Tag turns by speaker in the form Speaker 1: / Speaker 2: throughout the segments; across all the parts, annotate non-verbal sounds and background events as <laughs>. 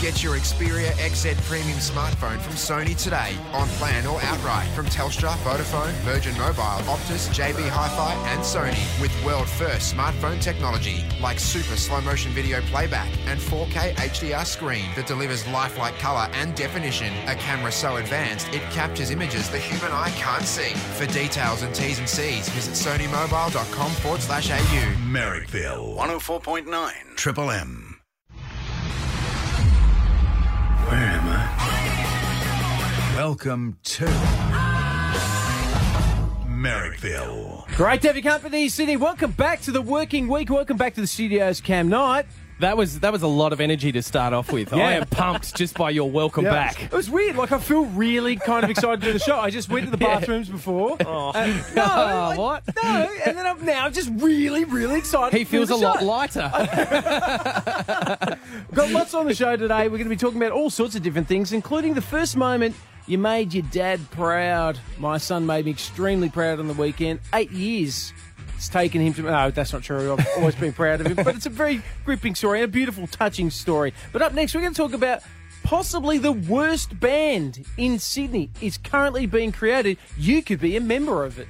Speaker 1: Get your Xperia XZ Premium smartphone from Sony today, on plan or outright, from Telstra, Vodafone, Virgin Mobile, Optus, JB Hi-Fi, and Sony, with world-first smartphone technology like super slow-motion video playback and 4K HDR screen that delivers lifelike color and definition. A camera so advanced it captures images the human eye can't see. For details and T's and C's, visit sonymobile.com forward slash au.
Speaker 2: Merrickville 104.9 Triple M.
Speaker 3: Where am I? Welcome to
Speaker 2: Merrickville.
Speaker 4: Great to have your company, Sydney. Welcome back to the working week. Welcome back to the studios, Cam Knight.
Speaker 5: That was that was a lot of energy to start off with.
Speaker 4: Yeah.
Speaker 5: I am pumped just by your welcome
Speaker 4: Yeah,
Speaker 5: back.
Speaker 4: It was, it was weird. Like I feel really kind of excited to do the show. I just went to the
Speaker 5: <laughs> Yeah.
Speaker 4: bathrooms before. Uh,
Speaker 5: <laughs>
Speaker 4: no,
Speaker 5: Oh,
Speaker 4: like,
Speaker 5: what?
Speaker 4: No, and then I'm now just really, really excited.
Speaker 5: He
Speaker 4: to do
Speaker 5: feels a
Speaker 4: the
Speaker 5: lot
Speaker 4: show. <laughs>
Speaker 5: lighter.
Speaker 4: We've Got lots on the show today. We're going to be talking about all sorts of different things, including the first moment you made your dad proud. My son made me extremely proud on the weekend. Eight years it's taken him to. No, that's not true. I've always been proud of him, but it's a very gripping story and a beautiful, touching story. But up next, we're going to talk about. Possibly the worst band in Sydney is currently being created. You could be a member of it.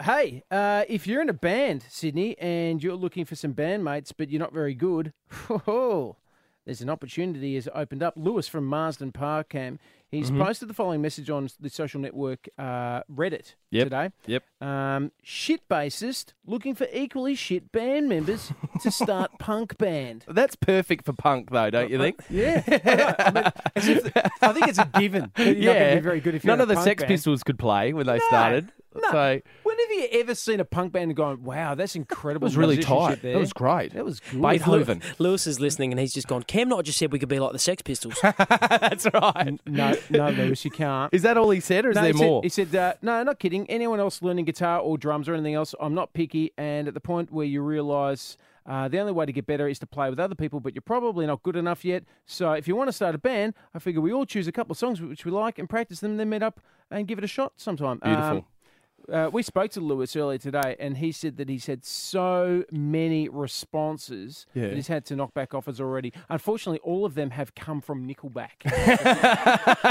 Speaker 4: Hey, uh, if you're in a band, Sydney, and you're looking for some bandmates, but you're not very good, there's an opportunity has opened up. Lewis from Marsden Park Cam, he's
Speaker 5: Mm-hmm.
Speaker 4: posted the following message on the social network uh, Reddit
Speaker 5: Yep,
Speaker 4: today.
Speaker 5: yep.
Speaker 4: Um, shit bassist looking for equally shit band members
Speaker 5: <laughs>
Speaker 4: to start punk band.
Speaker 5: That's perfect for punk, though, don't you think?
Speaker 4: <laughs>
Speaker 5: <laughs>
Speaker 4: Yeah, I, know. I mean, as if- I think it's a given. that You're not going to be very good if you're
Speaker 5: None
Speaker 4: in a
Speaker 5: of the
Speaker 4: punk
Speaker 5: Sex
Speaker 4: band.
Speaker 5: Pistols could play when they
Speaker 4: No,
Speaker 5: started.
Speaker 4: no.
Speaker 5: So
Speaker 4: <laughs> When have you ever seen a punk band and gone, wow, that's incredible?
Speaker 5: it was really
Speaker 4: musicianship
Speaker 5: tight.
Speaker 4: There.
Speaker 5: That was great.
Speaker 4: That was good.
Speaker 5: Beethoven.
Speaker 6: Lewis is listening and he's just gone, Cam Knight just said we could be like the
Speaker 5: <laughs>
Speaker 6: Sex Pistols. <laughs>
Speaker 5: That's right.
Speaker 4: No, no, Lewis, you can't.
Speaker 5: Is that all he said, or is
Speaker 4: no,
Speaker 5: there
Speaker 4: he
Speaker 5: more?
Speaker 4: Said, he said, uh, no, not kidding. Anyone else learning guitar or drums or anything else, I'm not picky. And at the point where you realise uh, the only way to get better is to play with other people, but you're probably not good enough yet. So if you want to start a band, I figure we all choose a couple of songs which we like and practice them, then meet up and give it a shot sometime. Um,
Speaker 5: Beautiful.
Speaker 4: uh, we spoke to Lewis earlier today, and he said that he's had so many responses
Speaker 5: Yeah.
Speaker 4: that he's had to knock back offers already. Unfortunately, all of them have come from Nickelback.
Speaker 5: <laughs>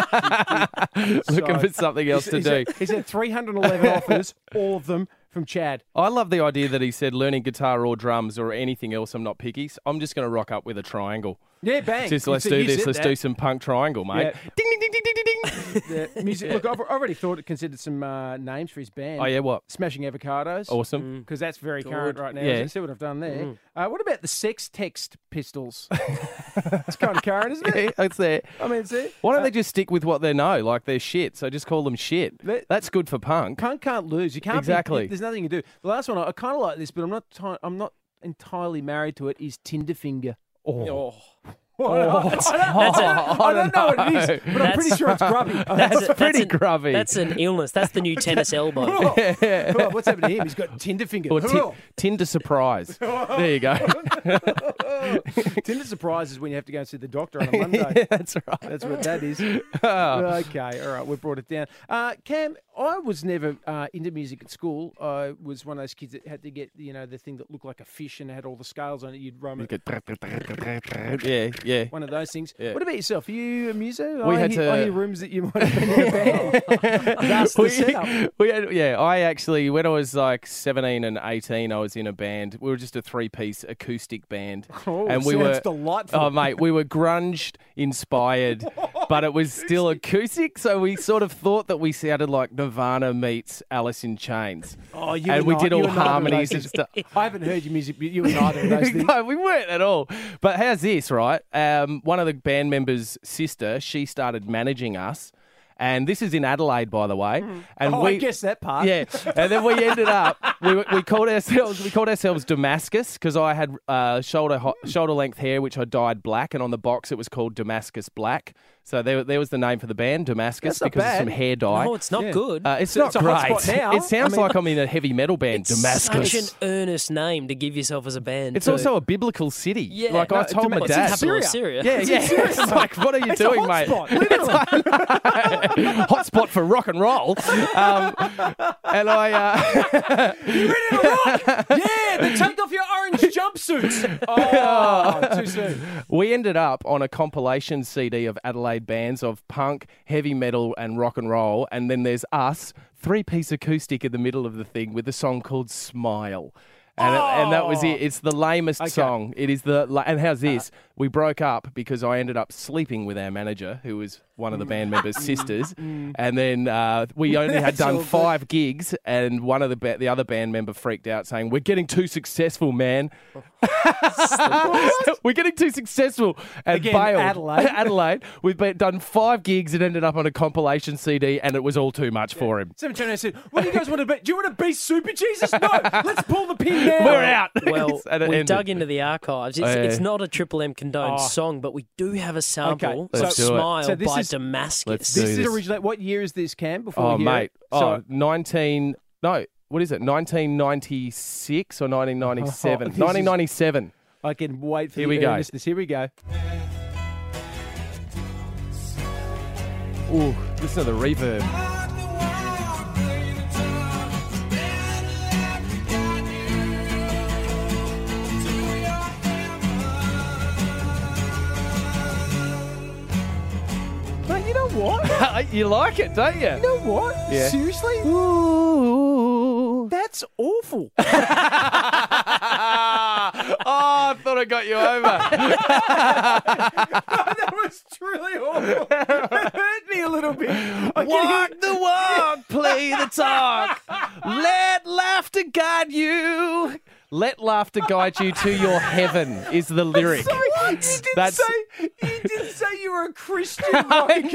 Speaker 5: Looking
Speaker 4: So-
Speaker 5: for something else
Speaker 4: He's-
Speaker 5: to
Speaker 4: he's
Speaker 5: do.
Speaker 4: Had, he's
Speaker 5: <laughs>
Speaker 4: had 311 offers, all of them from Chad.
Speaker 5: I love the idea that he said learning guitar or drums or anything else. I'm not picky. So I'm just going to rock up with a triangle.
Speaker 4: Yeah, bang.
Speaker 5: Just let's
Speaker 4: He said-
Speaker 5: do
Speaker 4: he
Speaker 5: this.
Speaker 4: said
Speaker 5: Let's
Speaker 4: that.
Speaker 5: do some punk triangle, mate.
Speaker 4: Yeah.
Speaker 5: <laughs> Ding ding ding ding ding ding ding.
Speaker 4: The <laughs> music. Look, I've already thought considered some uh, names for his band.
Speaker 5: Oh yeah, what?
Speaker 4: Smashing Avocados.
Speaker 5: Awesome.
Speaker 4: Because that's very current right now.
Speaker 5: Yeah.
Speaker 4: See what I've done there. Uh, what about the Sex Text
Speaker 5: <laughs>
Speaker 4: Pistols? it's kind of current, isn't it?
Speaker 5: Yeah, <laughs> that's there.
Speaker 4: I mean, see, Uh,
Speaker 5: Why don't they just stick with what they know? Like they're shit. So just call them shit.
Speaker 4: Let-
Speaker 5: That's good for punk.
Speaker 4: punk can't lose. You can't be-
Speaker 5: Exactly.
Speaker 4: there's nothing you can do. The last one, I, I kind of like this, but I'm not. Ti- I'm not entirely married to it. Is Tinderfinger.
Speaker 5: Oh.
Speaker 4: <laughs>
Speaker 6: Oh.
Speaker 4: I, don't, I don't know what it is, but I'm pretty sure
Speaker 6: <laughs>
Speaker 4: it's grubby.
Speaker 6: That's, a-
Speaker 5: pretty
Speaker 6: an,
Speaker 5: grubby.
Speaker 6: That's an illness. That's
Speaker 4: <laughs>
Speaker 6: the new tennis elbow.
Speaker 4: Oh, what's happened to him? He's got Tinder finger.
Speaker 5: Or tin- Tinder
Speaker 4: <laughs>
Speaker 5: surprise. there you go.
Speaker 4: <laughs> Tinder surprise is when you have to go and see the doctor <laughs> on a Monday.
Speaker 5: that's right.
Speaker 4: That's Oh. what that is. okay, all right, we brought it down. Uh, Cam, I was never uh, into music at school. I was one of those kids that had to get, you know, the thing that looked like a fish and had all the scales on it. You'd run it.
Speaker 5: <laughs> Yeah, yeah.
Speaker 4: One of those things.
Speaker 5: Yeah.
Speaker 4: What about yourself? Are you a muso?
Speaker 5: We
Speaker 4: I
Speaker 5: had
Speaker 4: hear,
Speaker 5: to-
Speaker 4: I hear rooms that you might have been in a band.
Speaker 5: <laughs>
Speaker 4: That's <laughs> the setup.
Speaker 5: we, we had, yeah, I actually, when I was like 17 and 18, I was in a band. We were just a three piece acoustic band.
Speaker 4: Oh,
Speaker 5: and we
Speaker 4: sounds
Speaker 5: were
Speaker 4: delightful.
Speaker 5: Oh, mate, we were grunge
Speaker 4: <laughs>
Speaker 5: inspired, but it was still acoustic. So we sort of thought that we sounded like Nirvana meets Alice in Chains.
Speaker 4: Oh, you
Speaker 5: and
Speaker 4: were
Speaker 5: we
Speaker 4: not-
Speaker 5: did
Speaker 4: you
Speaker 5: all
Speaker 4: were not one of
Speaker 5: harmonies and
Speaker 4: those
Speaker 5: stuff.
Speaker 4: things. <laughs> I haven't heard your music, but you
Speaker 5: <laughs>
Speaker 4: were neither of those things.
Speaker 5: no, we weren't at all. But how's this, right? Um, one of the band members' sister, she started managing us. And this is in Adelaide, by the way. And
Speaker 4: Oh,
Speaker 5: we,
Speaker 4: I guess that part.
Speaker 5: Yeah, and
Speaker 4: <laughs>
Speaker 5: then we ended up. We, we called ourselves we called ourselves Damascus because I had uh, shoulder ho- shoulder length hair, which I dyed black, and on the box it was called Damascus Black. So there, there was the name for the band, Damascus,
Speaker 4: That's not
Speaker 5: because of
Speaker 4: bad.
Speaker 5: some hair dye.
Speaker 6: No, it's not
Speaker 4: Yeah.
Speaker 6: good.
Speaker 5: Uh, it's,
Speaker 4: not
Speaker 5: it's great.
Speaker 4: hotspot now.
Speaker 5: It sounds
Speaker 4: I mean-
Speaker 5: like I'm in a heavy metal band,
Speaker 6: It's
Speaker 5: <laughs> Damascus.
Speaker 6: Such an earnest name to give yourself as a band.
Speaker 5: it's
Speaker 6: too.
Speaker 5: also a biblical city.
Speaker 6: Yeah,
Speaker 5: like I
Speaker 6: no,
Speaker 5: told my
Speaker 6: Damascus-
Speaker 5: dad.
Speaker 6: Capital of Syria.
Speaker 5: Yeah, yeah. It's like, what are you doing, mate? <laughs> Hot spot for rock and roll. Um, and I, uh,
Speaker 6: <laughs>
Speaker 5: <laughs>
Speaker 4: yeah, then take off your orange jumpsuits.
Speaker 5: <laughs>
Speaker 4: Oh, too soon.
Speaker 5: we ended up on a compilation CD of Adelaide bands of punk, heavy metal, and rock and roll. And then there's us, three piece acoustic in the middle of the thing with a song called Smile. And, and that was
Speaker 4: Oh.
Speaker 5: it. It's the lamest song. It is the la- and
Speaker 4: Uh.
Speaker 5: how's this? we broke up because I ended up sleeping with our manager, who was one of the band members'
Speaker 4: Mm.
Speaker 5: sisters, and then uh, we only had done five gigs, and one of the ba- the other band member freaked out, saying, "We're getting too successful, man. <laughs> We're getting too successful and
Speaker 4: Again,
Speaker 5: bailed.
Speaker 4: Adelaide.
Speaker 5: <laughs> Adelaide. We've been, done five gigs and ended up on a compilation CD, and it was all too much for him. <laughs>
Speaker 4: Someone turned around and said, "What do you guys want to be? Do you want to be Super Jesus? No, let's pull the pin
Speaker 5: <laughs>
Speaker 4: down.
Speaker 5: We're out.
Speaker 6: Well,
Speaker 5: And it
Speaker 6: we
Speaker 5: ended.
Speaker 6: dug into the archives. It's,
Speaker 5: Oh, yeah.
Speaker 6: it's not a Triple M condoned song, but we do have a sample
Speaker 5: Let's
Speaker 6: of
Speaker 5: do it.
Speaker 6: Smile
Speaker 4: Oh. So this
Speaker 6: by
Speaker 4: is-
Speaker 6: Damascus.
Speaker 5: Let's do
Speaker 4: This is
Speaker 5: this.
Speaker 4: originally. What year is this, Cam? Before
Speaker 5: Oh,
Speaker 4: we hear
Speaker 5: mate.
Speaker 4: it?
Speaker 5: Oh, 19. No, what is it? 1996 or 1997?
Speaker 4: Oh, <laughs> this is-
Speaker 5: 1997.
Speaker 4: I can wait for
Speaker 5: Oh. Here
Speaker 4: the
Speaker 5: we go.
Speaker 4: earnestness. Here we go. Ooh.
Speaker 5: Listen to the reverb. <laughs>
Speaker 4: But you know what? You
Speaker 5: you like it, don't you?
Speaker 4: know what?
Speaker 5: Yeah.
Speaker 4: Seriously?
Speaker 5: Ooh.
Speaker 4: That's
Speaker 5: <laughs>
Speaker 4: awful.
Speaker 5: oh, I thought I got you over.
Speaker 4: <laughs> that was truly
Speaker 5: <laughs>
Speaker 4: awful. It hurt me a little bit. I can hear-
Speaker 5: the walk, play the talk. Let laughter guide you. Let laughter guide you to your heaven is the lyric.
Speaker 4: Sorry, you didn't
Speaker 5: That's-
Speaker 4: say you didn't say you were
Speaker 5: <laughs>
Speaker 4: a Christian. Right?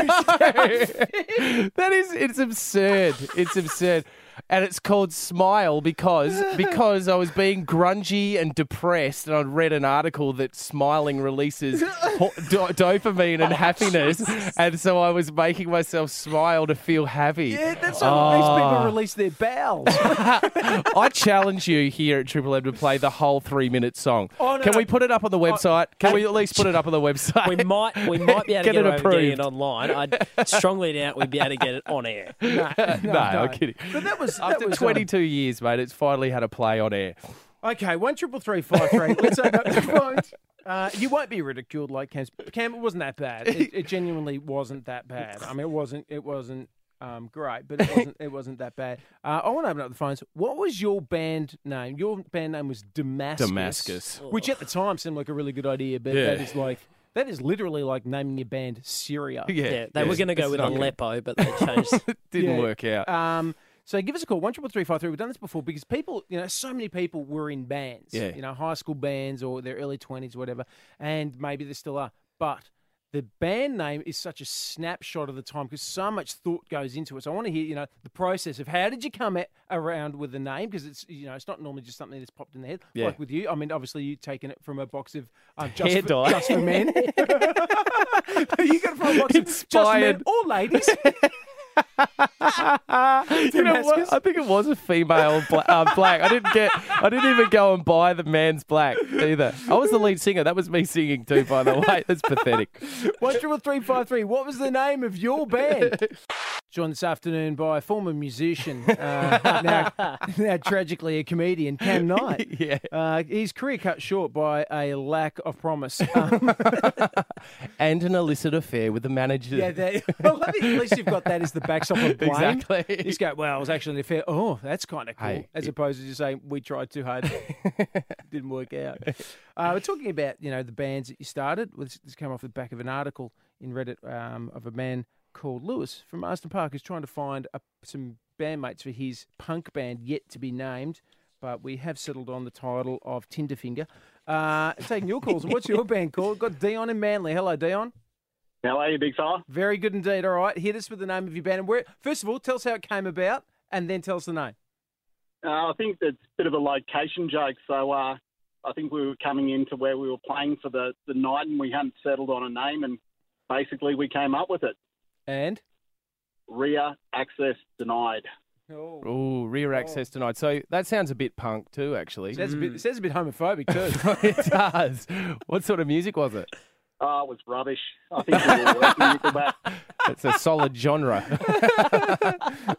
Speaker 5: that is it's absurd. It's absurd. And it's called Smile because because I was being grungy and depressed, and I'd read an article that smiling releases ho- do- dopamine and happiness, and so I was making myself smile to feel happy. Ah.
Speaker 4: <laughs> Yeah, that's how these people release their
Speaker 5: <laughs>
Speaker 4: bowels.
Speaker 5: I challenge you here at Triple M to play the whole three-minute song.
Speaker 4: Oh, no,
Speaker 5: Can
Speaker 4: no.
Speaker 5: we put it up on the website? Can we at least put it up on the website?
Speaker 6: we might we might be
Speaker 5: Get
Speaker 6: able to get,
Speaker 5: it
Speaker 6: away with getting
Speaker 5: approved.
Speaker 6: it online. I strongly doubt we'd be able to get it on
Speaker 4: <laughs>
Speaker 6: air.
Speaker 5: no, I'm kidding.
Speaker 4: But that was that
Speaker 5: After
Speaker 4: was um,
Speaker 5: 22 years, mate, it's finally had a play on <laughs> air.
Speaker 4: Okay, one triple three five
Speaker 6: <laughs>
Speaker 4: three. Let's open up the phones. Uh, you won't be ridiculed like Cam. Cam, it wasn't that bad. It, it genuinely wasn't that bad. I mean, it wasn't. It wasn't um, great, but it wasn't. It wasn't that bad. Uh, I want to open up the phones. What was your band name? Your band name was Damascus.
Speaker 5: Damascus.
Speaker 4: which at the time seemed like a really good idea, but
Speaker 5: Yeah.
Speaker 4: that is like that is literally like naming your band Syria.
Speaker 6: Yeah, they were going to go with
Speaker 5: not good.
Speaker 6: Aleppo, but they changed.
Speaker 5: <laughs> Didn't
Speaker 4: Yeah.
Speaker 5: work out.
Speaker 4: Um, so give us a call one triple three five three. We've done this before because people, you know, so many people were in bands,
Speaker 5: Yeah.
Speaker 4: you know, high school bands or their early twenties, whatever, and maybe they still are. But the band name is such a snapshot of the time because so much thought goes into it. So I want to hear, you know, the process of how did you come at, around with the name because it's, you know, it's not normally just something that's popped in the head.
Speaker 5: Yeah.
Speaker 4: Like with you, I mean, obviously you taken it from a box of um, just,
Speaker 5: Hair
Speaker 4: for,
Speaker 5: dye.
Speaker 4: just
Speaker 5: <laughs>
Speaker 4: for men. <laughs> you got it from a box of just for men
Speaker 5: Inspired.
Speaker 4: or
Speaker 5: <laughs>
Speaker 4: ladies. <laughs>
Speaker 5: you know what?
Speaker 4: Damascus?
Speaker 5: I think it was a female bla- uh, black. I didn't get. I didn't even go and buy the man's black either. I was the lead singer. That was me singing too, by the way. That's pathetic.
Speaker 4: One triple three five three. What was the name of your band? Joined this afternoon by former musician, uh, <laughs> now, now tragically a comedian, Cam Knight.
Speaker 5: Yeah.
Speaker 4: Uh, his career cut short by a lack of promise. Um,
Speaker 5: <laughs> And an illicit affair with the manager. <laughs>
Speaker 4: yeah, that, <laughs> well, I think at least you've got that as the backstop of blame.
Speaker 5: Exactly.
Speaker 4: You just go, well, it was actually an affair. Oh, that's kind of cool.
Speaker 5: Hey,
Speaker 4: as
Speaker 5: it-
Speaker 4: opposed to just saying, we tried too
Speaker 5: <laughs>
Speaker 4: hard. Didn't work out. Uh, we're talking about, you know, the bands that you started. Well, This, this came off the back of an article in Reddit um, of a man called Lewis from Marston Park who's trying to find a, some bandmates for his punk band yet to be named. But we have settled on the title of Tinderfinger. Uh, taking your calls. What's your band called? Got Dion in Manly. Hello, Dion.
Speaker 7: How are you, big fella?
Speaker 4: Very good indeed. All right, hit us with the name of your band. And where, first of all, tell us how it came about, and then tell us the name.
Speaker 7: Uh, I think it's a bit of a location joke. So uh, I think we were coming into where we were playing for the, the night and we hadn't settled on a name. And basically we came up with it.
Speaker 4: And?
Speaker 7: Rear access denied.
Speaker 5: Ooh, rear access denied. So that sounds a bit punk too, actually.
Speaker 4: That's a
Speaker 7: Hmm.
Speaker 4: bit, says a bit homophobic too.
Speaker 5: <laughs> it does. What sort of music was it?
Speaker 7: <laughs> Oh, it was rubbish. I think we were working
Speaker 4: <laughs>
Speaker 7: Nickelback.
Speaker 5: It's a solid genre.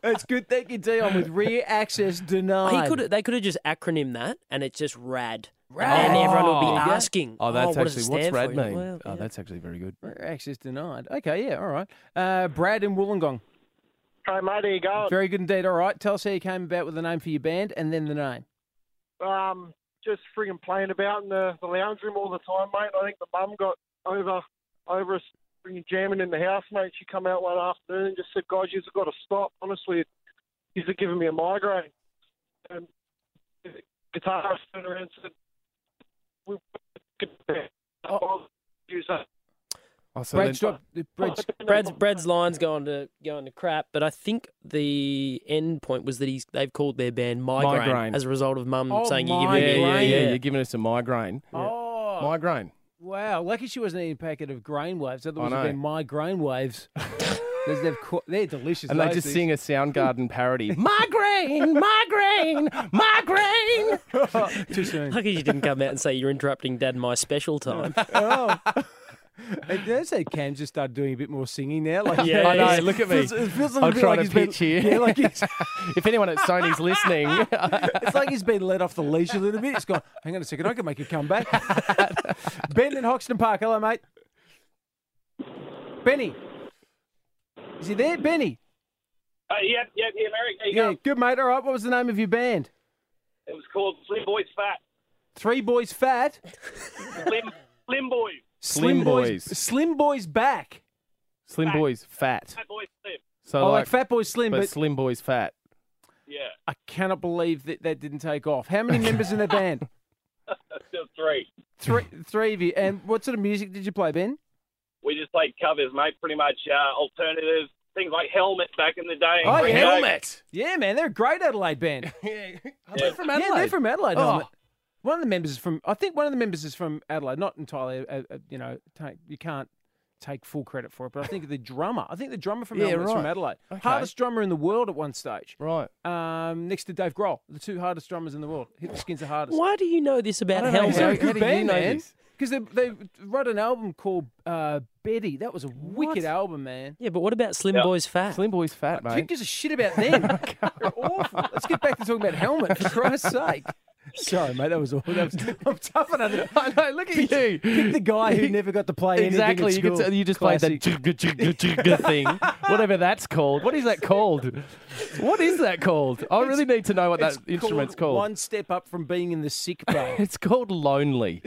Speaker 4: it's good. Thank you, Dion, with rear access denied.
Speaker 6: He could. They could have just acronym that, and it's just rad. And everyone would
Speaker 5: Oh.
Speaker 6: be asking.
Speaker 5: Oh, that's
Speaker 6: what does it
Speaker 5: actually what's
Speaker 6: stand
Speaker 5: rad
Speaker 6: for?" You know,
Speaker 5: mean.
Speaker 6: well,
Speaker 5: Oh,
Speaker 6: yeah.
Speaker 5: that's actually very good.
Speaker 4: Rear access denied. Okay, yeah, all right. Uh, Brad in Wollongong.
Speaker 7: Hey, mate, there you go.
Speaker 4: Very good indeed. All right. Tell us how you came about with the name for your band and then the name.
Speaker 7: Um, just frigging playing about in the, the lounge room all the time, mate. I think the mum got over over us frigging jamming in the house, mate. She come out one afternoon and just said, "Guys, you've got to stop." Honestly, you've giving me a migraine. And the guitarist turned around and said, "We oh. use that."
Speaker 5: Oh, so
Speaker 4: Brad, stop.
Speaker 6: <laughs>
Speaker 4: Brad,
Speaker 6: Brad's Brad's lines going to going to crap, but I think the end point was that he's they've called their band migraine,
Speaker 5: Migraine.
Speaker 6: as a result of Mum
Speaker 4: Oh,
Speaker 6: saying you give
Speaker 5: yeah,
Speaker 6: me
Speaker 5: yeah, yeah,
Speaker 4: migraine.
Speaker 5: You're giving us a migraine.
Speaker 4: oh,
Speaker 5: Migraine.
Speaker 4: wow. Lucky she wasn't eating a packet of grain waves. Otherwise,
Speaker 5: I
Speaker 4: it'd
Speaker 5: know.
Speaker 4: been my
Speaker 5: <laughs>
Speaker 4: grain waves. There's- they've co- they're delicious.
Speaker 5: And they
Speaker 4: those
Speaker 5: just
Speaker 4: things.
Speaker 5: sing a Soundgarden
Speaker 4: <laughs>
Speaker 5: parody. migraine, migraine, migraine.
Speaker 4: <laughs> Too soon.
Speaker 6: Lucky you didn't come out and say you're interrupting Dad my special time.
Speaker 4: <laughs> oh. And That's how Cam just started doing a bit more singing now. Like,
Speaker 6: Yeah,
Speaker 5: I know,
Speaker 6: he's-
Speaker 5: look at me.
Speaker 4: It feels, it feels a
Speaker 5: I'm
Speaker 4: bit
Speaker 5: trying
Speaker 4: like
Speaker 5: to
Speaker 4: he's been-
Speaker 5: pitch here.
Speaker 4: Yeah, like he's,
Speaker 5: <laughs> if anyone at Sony's listening,
Speaker 4: <laughs> it's like he's been let off the leash a little bit. It's gone, hang on a second, I can make a comeback. <laughs> ben in Hoxton Park. Hello, mate. Benny. Is he there? Benny.
Speaker 7: Uh, yep, yep, yeah, Merrick, there you
Speaker 4: Yeah, good, mate. All right, what was the name of your band?
Speaker 7: It was called Slim Boys Fat.
Speaker 4: Three Boys Fat.
Speaker 7: Slim, Slim Boys.
Speaker 5: Slim Boys.
Speaker 4: Slim Boys Back.
Speaker 5: Slim Boy's fat.
Speaker 7: Boys Slim.
Speaker 5: So
Speaker 4: Oh, like,
Speaker 5: like,
Speaker 4: Fat Boy Slim,
Speaker 5: but,
Speaker 4: but
Speaker 5: Slim Boy's fat.
Speaker 7: Yeah,
Speaker 4: I cannot believe that that didn't take off. How many members in the band?
Speaker 7: still three.
Speaker 4: Three, three of you. And what sort of music did you play, Ben?
Speaker 7: we just played covers, mate. Pretty much uh, alternative things like Helmet back in the day.
Speaker 4: Oh, yeah.
Speaker 5: Helmet.
Speaker 4: Yeah, man, they're a great Adelaide band.
Speaker 5: from
Speaker 4: Yeah, they're from Adelaide.
Speaker 5: Oh.
Speaker 4: Helmet. One of the members is from. I think one of the members is from Adelaide. Not entirely. Uh, uh, you know, take, you can't take full credit for it. But I think the drummer. I think the drummer from
Speaker 5: Yeah,
Speaker 4: Helmet's from
Speaker 5: right.
Speaker 4: Adelaide.
Speaker 5: Okay.
Speaker 4: Hardest drummer in the world at one stage.
Speaker 5: Right.
Speaker 4: Um, next to Dave Grohl, the two hardest drummers in the world. Hit the skins the hardest.
Speaker 6: Why do you know this about
Speaker 5: know,
Speaker 4: They're a
Speaker 5: Harry.
Speaker 6: Helmet?
Speaker 5: How
Speaker 4: good
Speaker 5: do you
Speaker 4: band,
Speaker 5: know
Speaker 4: man.
Speaker 5: this?
Speaker 4: Because they, they wrote an album called uh, Betty. That was a wicked album, man.
Speaker 6: Yeah, but what about Slim Boy's Fat?
Speaker 5: Slim Boy's fat,
Speaker 4: Who
Speaker 5: mate.
Speaker 4: gives a shit about <laughs> them? They're awful. Let's get back to talking about helmet, <laughs> for
Speaker 5: <laughs>
Speaker 4: Christ's <laughs> sake. Sorry, mate, that was all. That <laughs> was, I'm tough on other.
Speaker 5: I know. Look at you.
Speaker 4: Pick the guy <laughs> who never got to play
Speaker 5: Exactly. You,
Speaker 4: anything at
Speaker 5: could,
Speaker 4: school.
Speaker 5: say- you just played
Speaker 4: Classic.
Speaker 5: that jigga jigga jigga thing,
Speaker 4: <laughs>
Speaker 5: whatever that's called. What is that called? What is that called? I really need to know what that
Speaker 4: It's
Speaker 5: instrument's called.
Speaker 4: One step up from being in the sick <laughs> bay.
Speaker 5: It's called lonely.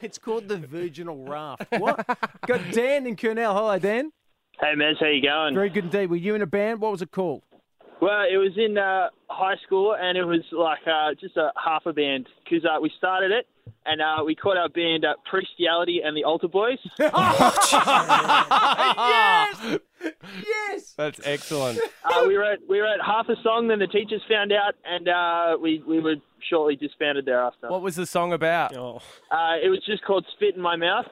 Speaker 4: it's called the virginal raft. What? got Dan in Cornell. Hello, Dan.
Speaker 7: Hey, Mez, how you going?
Speaker 4: Very good indeed. Were you in a band? What was it called?
Speaker 7: Well, it was in uh, high school, and it was like uh, just a half a band because uh, we started it, and uh, we called our band uh, Priestiality and the Altar
Speaker 5: <laughs>
Speaker 7: Boys.
Speaker 4: yes. Yes.
Speaker 5: That's excellent.
Speaker 7: uh, we wrote we wrote half a song, then the teachers found out, and uh, we we were shortly disbanded thereafter.
Speaker 5: What was the song about?
Speaker 6: Oh.
Speaker 7: Uh, it was just called Spit in My Mouth.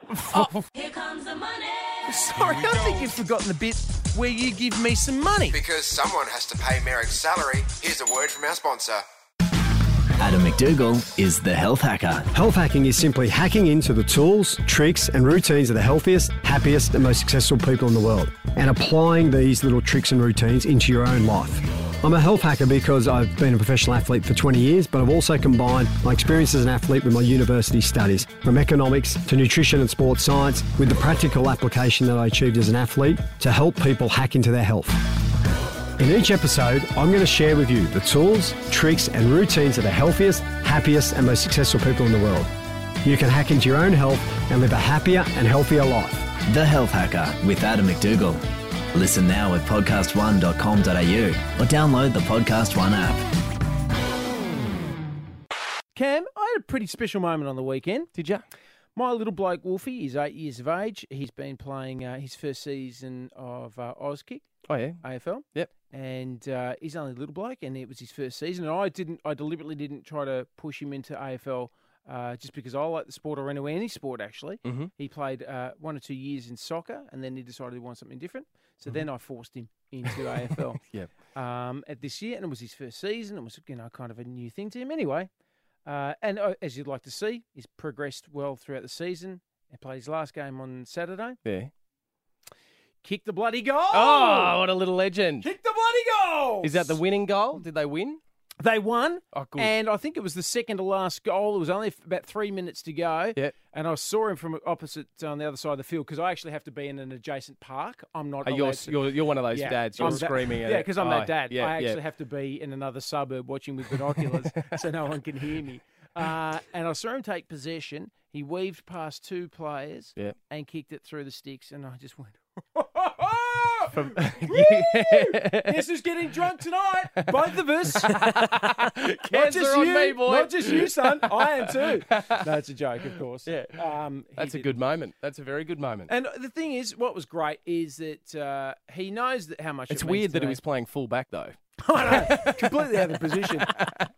Speaker 8: Here comes the money.
Speaker 4: Sorry, I think you've forgotten the bit where you give me some money.
Speaker 1: Because someone has to pay Merrick's salary, here's a word from our sponsor.
Speaker 9: Adam McDougall is the health hacker.
Speaker 10: Health hacking is simply hacking into the tools, tricks, and routines of the healthiest, happiest, and most successful people in the world, and applying these little tricks and routines into your own life. I'm a health hacker because I've been a professional athlete for 20 years, but I've also combined my experience as an athlete with my university studies, from economics to nutrition and sports science, with the practical application that I achieved as an athlete to help people hack into their health. In each episode, I'm going to share with you the tools, tricks, and routines of the healthiest, happiest, and most successful people in the world. You can hack into your own health and live a happier and healthier life.
Speaker 9: The Health Hacker with Adam McDougall. Listen now at podcast1.com.au or download the Podcast One app.
Speaker 4: Cam, I had a pretty special moment on the weekend.
Speaker 5: Did you?
Speaker 4: My little bloke Wolfie is eight years of age. He's been playing uh, his first season of uh, Auskick
Speaker 5: Oh yeah.
Speaker 4: AFL.
Speaker 5: Yep.
Speaker 4: And uh, he's only a little bloke, and it was his first season. And I didn't, I deliberately didn't try to push him into AFL uh, just because I like the sport. I went to any sport actually.
Speaker 5: Mhm.
Speaker 4: He played uh, one or two years in soccer, and then he decided he wanted something different. So
Speaker 5: Mm-hmm.
Speaker 4: then I forced him
Speaker 5: <laughs>
Speaker 4: into AFL.
Speaker 5: Yep.
Speaker 4: Um, at this year, and it was his first season. It was you know kind of a new thing to him anyway. Uh, and uh, as you'd like to see, he's progressed well throughout the season. And played his last game on Saturday.
Speaker 5: Yeah.
Speaker 4: Kick the bloody goal!
Speaker 5: Oh, what a little legend.
Speaker 4: Kick the bloody goal!
Speaker 5: Is that the winning goal? Did they win?
Speaker 4: They won.
Speaker 5: Oh, good.
Speaker 4: And I think it was the second to last goal. It was only f- about three minutes to go.
Speaker 5: Yep.
Speaker 4: And I saw him from opposite uh, on the other side of the field because I actually have to be in an adjacent park. I'm not.
Speaker 5: Oh, you're
Speaker 4: allowed
Speaker 5: s-
Speaker 4: to-
Speaker 5: you're- you're one of those dads. You're
Speaker 4: I'm that-
Speaker 5: screaming at
Speaker 4: <laughs> yeah,
Speaker 5: it.
Speaker 4: because I'm
Speaker 5: Oh,
Speaker 4: that dad.
Speaker 5: yeah,
Speaker 4: I
Speaker 5: yeah.
Speaker 4: actually have to be in another suburb watching
Speaker 5: <laughs>
Speaker 4: with binoculars so no one can hear me. Uh, and I saw him take possession. He weaved past two players
Speaker 5: Yep.
Speaker 4: and kicked it through the sticks. And I just went, This is getting drunk tonight. Both of us. not
Speaker 5: <laughs> Cancer
Speaker 4: just
Speaker 5: on
Speaker 4: you,
Speaker 5: me, boy.
Speaker 4: not just
Speaker 5: <laughs>
Speaker 4: you, son. I am too. No, it's a joke, of course. Yeah. Um, he
Speaker 5: That's a
Speaker 4: did-
Speaker 5: good moment. That's a very good moment.
Speaker 4: And the thing is, what was great is that uh, he knows that how much
Speaker 5: it's
Speaker 4: it means
Speaker 5: weird that
Speaker 4: to
Speaker 5: he
Speaker 4: me.
Speaker 5: was playing fullback
Speaker 4: <laughs>
Speaker 5: though. <laughs>
Speaker 4: completely out of position,